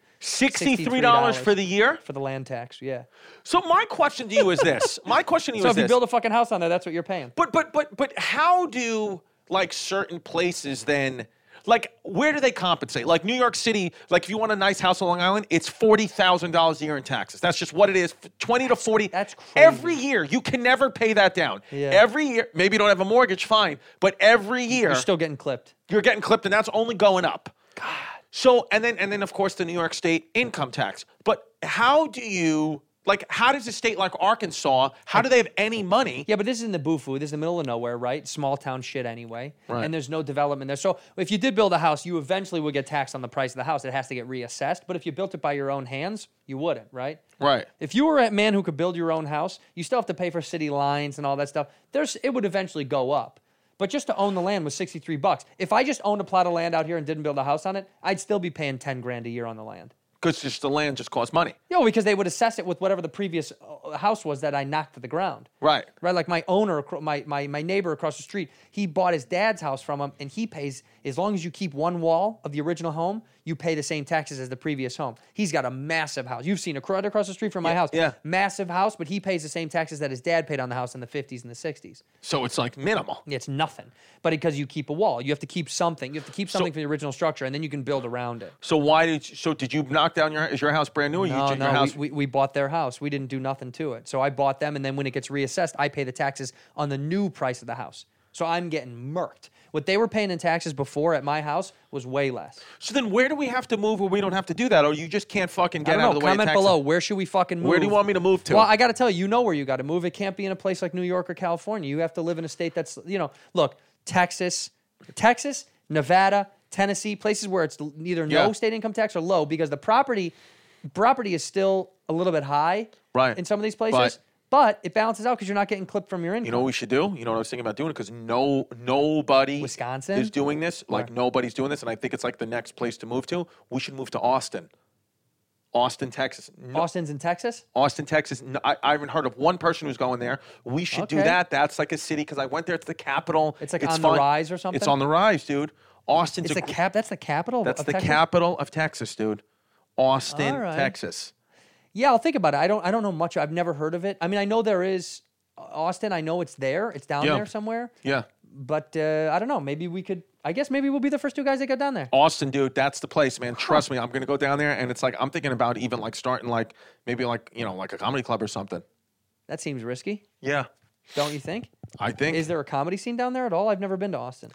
Speaker 9: $63 for the year?
Speaker 1: for the land tax. Yeah.
Speaker 9: So my question to you is this. My question to you
Speaker 1: So
Speaker 9: is
Speaker 1: if you
Speaker 9: this.
Speaker 1: build a fucking house on there, that's what you're paying.
Speaker 9: but but but but how do like certain places then Like, where do they compensate? Like New York City, like if you want a nice house on Long Island, it's forty thousand dollars a year in taxes. That's just what it is. Twenty to forty.
Speaker 1: That's crazy.
Speaker 9: Every year, you can never pay that down.
Speaker 1: Yeah.
Speaker 9: Every year, maybe you don't have a mortgage, fine. But every year,
Speaker 1: You're still getting clipped.
Speaker 9: you're getting clipped, and that's only going up. God. So and then and then of course the New York State income tax. But how do you like? How does a state like Arkansas? How do they have any money?
Speaker 1: Yeah, but this is in the Bufu. This is the middle of nowhere, right? Small town shit anyway.
Speaker 9: Right.
Speaker 1: And there's no development there. So if you did build a house, you eventually would get taxed on the price of the house. It has to get reassessed. But if you built it by your own hands, you wouldn't, right?
Speaker 9: Right.
Speaker 1: If you were a man who could build your own house, you still have to pay for city lines and all that stuff. There's it would eventually go up. But just to own the land was 63 bucks. If I just owned a plot of land out here and didn't build a house on it, I'd still be paying 10 grand a year on the land.
Speaker 9: Because just the land just costs money.
Speaker 1: No, because they would assess it with whatever the previous uh, house was that I knocked to the ground.
Speaker 9: Right.
Speaker 1: Right. Like my owner, acro- my, my, my neighbor across the street, he bought his dad's house from him and he pays, as long as you keep one wall of the original home, you pay the same taxes as the previous home. He's got a massive house. You've seen a crowd across the street from my house.
Speaker 9: yeah.
Speaker 1: Massive house, but he pays the same taxes that his dad paid on the house in the 50s and the 60s.
Speaker 9: So it's like minimal.
Speaker 1: It's nothing. But because you keep a wall, you have to keep something. You have to keep something from the original structure and then you can build around it.
Speaker 9: So why did you, so did you knock down your is your house brand new? Or you,
Speaker 1: No,
Speaker 9: your
Speaker 1: no,
Speaker 9: house,
Speaker 1: we, we, we bought their house. We didn't do nothing to it. So I bought them, and then when it gets reassessed, I pay the taxes on the new price of the house. So I'm getting murked. What they were paying in taxes before at my house was way less.
Speaker 9: so then where do we have to move where we don't have to do that, or you just can't fucking
Speaker 1: I
Speaker 9: get
Speaker 1: don't
Speaker 9: out
Speaker 1: know.
Speaker 9: of the way? of
Speaker 1: Comment
Speaker 9: taxes?
Speaker 1: below. Where should we fucking move?
Speaker 9: Where do you want me to move to?
Speaker 1: Well, I got to tell you, you know where you got to move. It can't be in a place like New York or California. You have to live in a state that's, you know, look, Texas, Texas, Nevada, Tennessee, places where it's l- either no
Speaker 9: Yeah.
Speaker 1: state income tax or low because the property property is still a little bit high
Speaker 9: Right.
Speaker 1: in some of these
Speaker 9: But-
Speaker 1: places, but, it balances out because you're not getting clipped from your income.
Speaker 9: You know what we should do? You know what I was thinking about doing? Because no, nobody
Speaker 1: Wisconsin?
Speaker 9: is doing this. Like nobody's doing this, and I think it's like the next place to move to. We should move to Austin, Austin, Texas. No-
Speaker 1: Austin's in Texas.
Speaker 9: Austin, Texas. No, I, I haven't heard of one person who's going there. We should do
Speaker 1: Okay.
Speaker 9: that. That's like a city because I went there. It's the capital.
Speaker 1: It's, like, on the rise or something?
Speaker 9: It's on the rise, dude. Austin's
Speaker 1: It's the
Speaker 9: a gr-
Speaker 1: cap. That's the capital.
Speaker 9: That's
Speaker 1: of
Speaker 9: the
Speaker 1: Texas?
Speaker 9: capital of Texas, dude. Austin,
Speaker 1: All right.
Speaker 9: Texas.
Speaker 1: Yeah, I'll think about it. I don't. I don't know much. I've never heard of it. I mean, I know there is uh, Austin. I know it's there. It's down
Speaker 9: Yeah.
Speaker 1: there somewhere.
Speaker 9: Yeah.
Speaker 1: But uh, I don't know. Maybe we could. I guess maybe we'll be the first two guys that go down there.
Speaker 9: Austin, dude, that's the place, man. Trust me, I'm gonna go down there, and it's like I'm thinking about even like starting like maybe like you know like a comedy club or something.
Speaker 1: That seems risky,
Speaker 9: Yeah,
Speaker 1: don't you think?
Speaker 9: I think
Speaker 1: Is there a comedy scene down there at all? I've never been to Austin.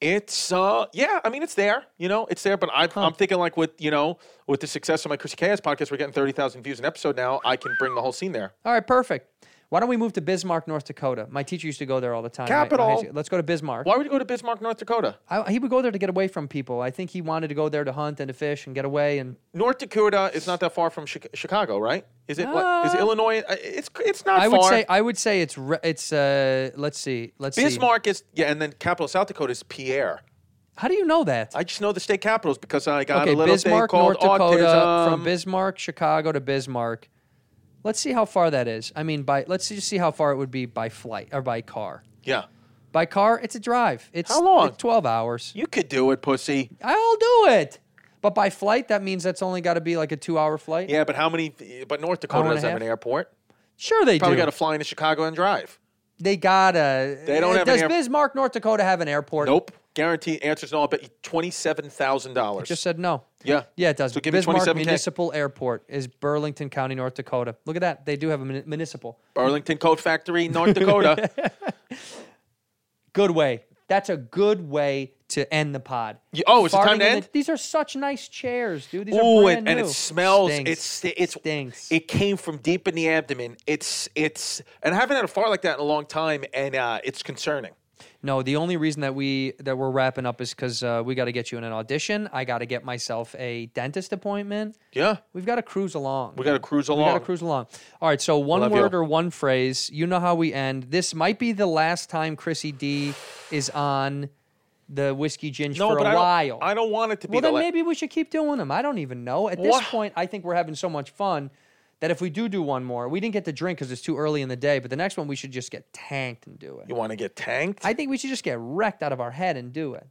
Speaker 9: it's uh yeah. I mean, it's there, you know, it's there. But I, I'm thinking like with you know with the success of my Chrissy Chaos podcast, we're getting thirty thousand views an episode now. I can bring the whole scene there.
Speaker 1: All right, perfect. Why don't we move to Bismarck, North Dakota? My teacher used to go there all the time. My- my high
Speaker 9: Capital.
Speaker 1: school- Let's go to Bismarck.
Speaker 9: Why would you go to Bismarck, North Dakota?
Speaker 1: I, he would go there to get away from people. I think he wanted to go there to hunt and to fish and get away. And
Speaker 9: North Dakota is not that far from Chi- Chicago, right? Is it? what, is it
Speaker 1: Uh,
Speaker 9: Illinois? Uh, It's it's not
Speaker 1: I
Speaker 9: far.
Speaker 1: would say I would say it's re- it's uh let's see let's
Speaker 9: Bismarck is yeah, and then capital of South Dakota is Pierre.
Speaker 1: see. How do you know that?
Speaker 9: I just know the state capitals because I got
Speaker 1: okay,
Speaker 9: a little
Speaker 1: Bismarck,
Speaker 9: thing called
Speaker 1: North Dakota,
Speaker 9: autism.
Speaker 1: from Bismarck, Chicago to Bismarck. Let's see how far that is. I mean, by let's just see how far it would be by flight or by car.
Speaker 9: yeah,
Speaker 1: By car, it's a drive. It's
Speaker 9: How long?
Speaker 1: it's Twelve hours.
Speaker 9: you could do it, pussy.
Speaker 1: I'll do it. But by flight, that means that's only got to be like a two-hour flight.
Speaker 9: Yeah, but how many? But North Dakota
Speaker 1: Hour and a
Speaker 9: doesn't have
Speaker 1: half?
Speaker 9: an airport.
Speaker 1: Sure, they
Speaker 9: Probably
Speaker 1: do.
Speaker 9: got to fly into Chicago and drive.
Speaker 1: they gotta.
Speaker 9: They don't
Speaker 1: Uh,
Speaker 9: have an
Speaker 1: Does
Speaker 9: air-
Speaker 1: Bismarck, North Dakota, have an airport?
Speaker 9: Nope. Guaranteed answers no. I bet you twenty-seven thousand dollars.
Speaker 1: Just said no.
Speaker 9: yeah,
Speaker 1: Yeah, it does.
Speaker 9: So give me
Speaker 1: Bismarck
Speaker 9: twenty-seven k.
Speaker 1: Municipal Airport is Burlington County, North Dakota. Look at that. They do have a muni- municipal.
Speaker 9: Burlington Coat Factory, North Dakota.
Speaker 1: Good way. That's a good way to end the pod.
Speaker 9: Y- oh, is it time to
Speaker 1: in the-
Speaker 9: end?
Speaker 1: these are such nice chairs, dude. These are
Speaker 9: Ooh,
Speaker 1: brand
Speaker 9: and, and
Speaker 1: new.
Speaker 9: it smells.
Speaker 1: Stinks.
Speaker 9: It's sti- it's
Speaker 1: Stinks.
Speaker 9: It came from deep in the abdomen. It's it's and I haven't had a fart like that in a long time, and uh, it's concerning.
Speaker 1: no, the only reason that we that we're wrapping up is because uh, we got to get you in an audition. I got to get myself a dentist appointment.
Speaker 9: Yeah,
Speaker 1: We've got to cruise along.
Speaker 9: we got to cruise along.
Speaker 1: We gotta cruise along. All right, so one
Speaker 9: Love
Speaker 1: word
Speaker 9: you.
Speaker 1: or one phrase. You know how we end. This might be the last time Chrissy D is on the whiskey ginge
Speaker 9: no,
Speaker 1: for
Speaker 9: but
Speaker 1: a
Speaker 9: I don't,
Speaker 1: while.
Speaker 9: I don't want it to be.
Speaker 1: well,
Speaker 9: the
Speaker 1: then
Speaker 9: la-
Speaker 1: maybe we should keep doing them. I don't even know. At this
Speaker 9: Wha-
Speaker 1: point, I think we're having so much fun that if we do do one more, we didn't get to drink because it's too early in the day. But the next one, we should just get tanked and do it.
Speaker 9: You want to get tanked?
Speaker 1: I think we should just get wrecked out of our head and do it.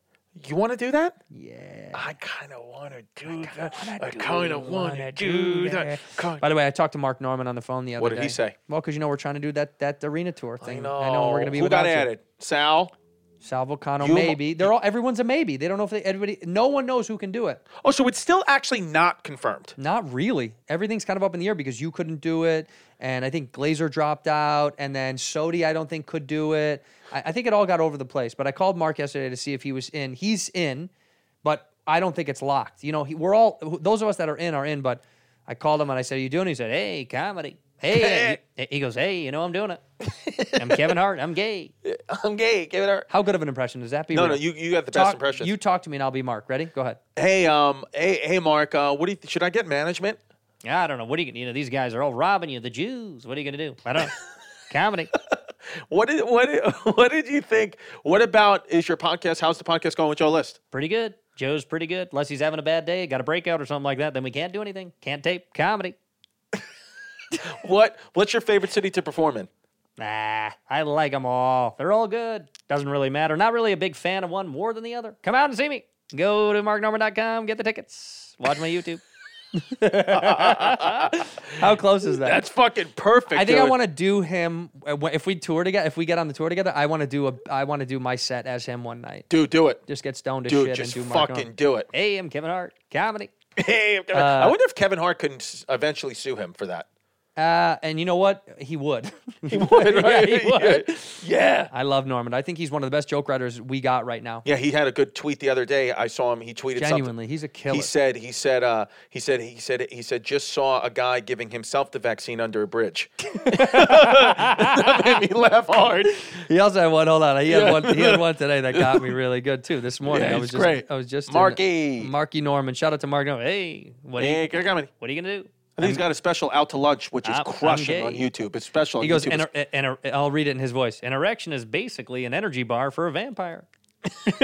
Speaker 9: you want to do that?
Speaker 1: Yeah.
Speaker 9: I kind of want to do that. I kind of want to do that. Kind-
Speaker 1: By the way, I talked to Mark Norman on the phone the other
Speaker 9: What
Speaker 1: day.
Speaker 9: did he say?
Speaker 1: Well, because you know we're trying to do that that arena tour thing.
Speaker 9: No.
Speaker 1: I know we're going to be
Speaker 9: Who
Speaker 1: without
Speaker 9: got
Speaker 1: you.
Speaker 9: added? Sal.
Speaker 1: Sal Vulcano,
Speaker 9: You-
Speaker 1: maybe. They're all everyone's a maybe. They don't know if they everybody no one knows who can do it.
Speaker 9: Oh, so it's still actually not confirmed.
Speaker 1: Not really. Everything's kind of up in the air because you couldn't do it. And I think Glazer dropped out. And then Sodi, I don't think, could do it. I, I think it all got over the place. But I called Mark yesterday to see if he was in. He's in, but I don't think it's locked. You know, he, we're all, wh- those of us that are in are in. But I called him and I said, Are you doing it? He said, Hey, comedy. Hey. he, he goes, Hey, you know, I'm doing it. I'm Kevin Hart. I'm gay.
Speaker 9: I'm gay. Give it a
Speaker 1: How good of an impression does that be?
Speaker 9: No,
Speaker 1: real?
Speaker 9: no, you, you got the
Speaker 1: talk,
Speaker 9: best impression.
Speaker 1: You talk to me and I'll be Mark. Ready? Go ahead.
Speaker 9: hey, um, hey, hey, Mark. Uh, what do you th- should I get management?
Speaker 1: Yeah, I don't know. What are you gonna? You know, these guys are all robbing you. The Jews. What are you gonna do? I don't. know. Comedy.
Speaker 9: What did what did, what did you think? What about is your podcast? How's the podcast going with Joe List?
Speaker 1: Pretty good. Joe's pretty good. Unless he's having a bad day, got a breakout or something like that, then we can't do anything. Can't tape comedy.
Speaker 9: What what's your favorite city to perform in?
Speaker 1: Nah, I like them all. They're all good. Doesn't really matter. Not really a big fan of one more than the other. Come out and see me. Go to marknorman.com, get the tickets. Watch my YouTube. How close is that?
Speaker 9: That's fucking perfect.
Speaker 1: I think I
Speaker 9: dude.
Speaker 1: want to do him uh, if we tour together. If we get on the tour together, I want to do a I want to do my set as him one night.
Speaker 9: Dude, do it.
Speaker 1: Just get stoned to
Speaker 9: Dude,
Speaker 1: shit
Speaker 9: just
Speaker 1: and do Mark
Speaker 9: fucking
Speaker 1: Norman.
Speaker 9: do it.
Speaker 1: Hey, I'm Kevin Hart. Comedy.
Speaker 9: Hey, Kevin- I wonder if Kevin Hart can s- eventually sue him for that.
Speaker 1: Uh, and you know what? He would. he yeah,
Speaker 9: Right?
Speaker 1: he would.
Speaker 9: yeah.
Speaker 1: I love Norman. I think he's one of the best joke writers we got right now.
Speaker 9: Yeah, he had a good tweet the other day. I saw him. He tweeted
Speaker 1: Genuinely,
Speaker 9: something.
Speaker 1: he's a killer.
Speaker 9: He said, he said, uh, he said, he said, he said, just saw a guy giving himself the vaccine under a bridge. that made me laugh hard.
Speaker 1: He also had one. Hold on, he had one. He had one today that got me really good too. This morning,
Speaker 9: Yeah,
Speaker 1: I
Speaker 9: he's
Speaker 1: was just,
Speaker 9: great.
Speaker 1: I was just in-
Speaker 9: Marky.
Speaker 1: Marky Norman. Shout out to Marky Norman. Hey, what are
Speaker 9: Hey,
Speaker 1: you,
Speaker 9: good comedy.
Speaker 1: what are you gonna do?
Speaker 9: I think he's got a special out to lunch, which is
Speaker 1: I'm- I'm
Speaker 9: crushing on
Speaker 1: gay.
Speaker 9: YouTube. It's special.
Speaker 1: He
Speaker 9: on
Speaker 1: goes,
Speaker 9: YouTube.
Speaker 1: and, and, I'll read it in his voice. An erection is basically an energy bar for a vampire.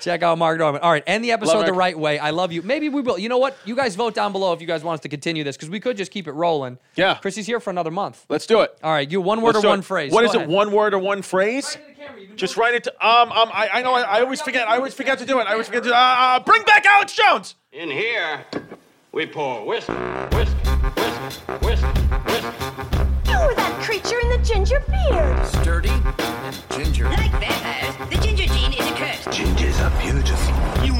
Speaker 1: Check out Mark Norman. All right, end the episode
Speaker 9: Love
Speaker 1: the
Speaker 9: Mark.
Speaker 1: right way. I love you. Maybe we will. You know what? You guys vote down below if you guys want us to continue this because we could just keep it rolling.
Speaker 9: Yeah.
Speaker 1: Chrissy's here for another month.
Speaker 9: Let's do it.
Speaker 1: All right, you one word
Speaker 9: Let's
Speaker 1: or
Speaker 9: do
Speaker 1: one
Speaker 9: it.
Speaker 1: phrase.
Speaker 9: What
Speaker 1: Go
Speaker 9: is
Speaker 1: ahead.
Speaker 9: it? One word or one phrase?
Speaker 1: Right to the camera. You can
Speaker 9: Just
Speaker 1: do it.
Speaker 9: write it. To, um, um, I, I know. I, I always forget. I always forget to do it. I always forget to. Uh, uh, bring back Alex Jones.
Speaker 2: In here, we pour whisk, whisk, whisk, whisk, whisk.
Speaker 3: You were Oh, that creature in the ginger beard.
Speaker 4: Sturdy and ginger.
Speaker 5: Like vampires, the ginger gene is a curse.
Speaker 6: Gingers are beautiful.
Speaker 7: You
Speaker 4: Oh,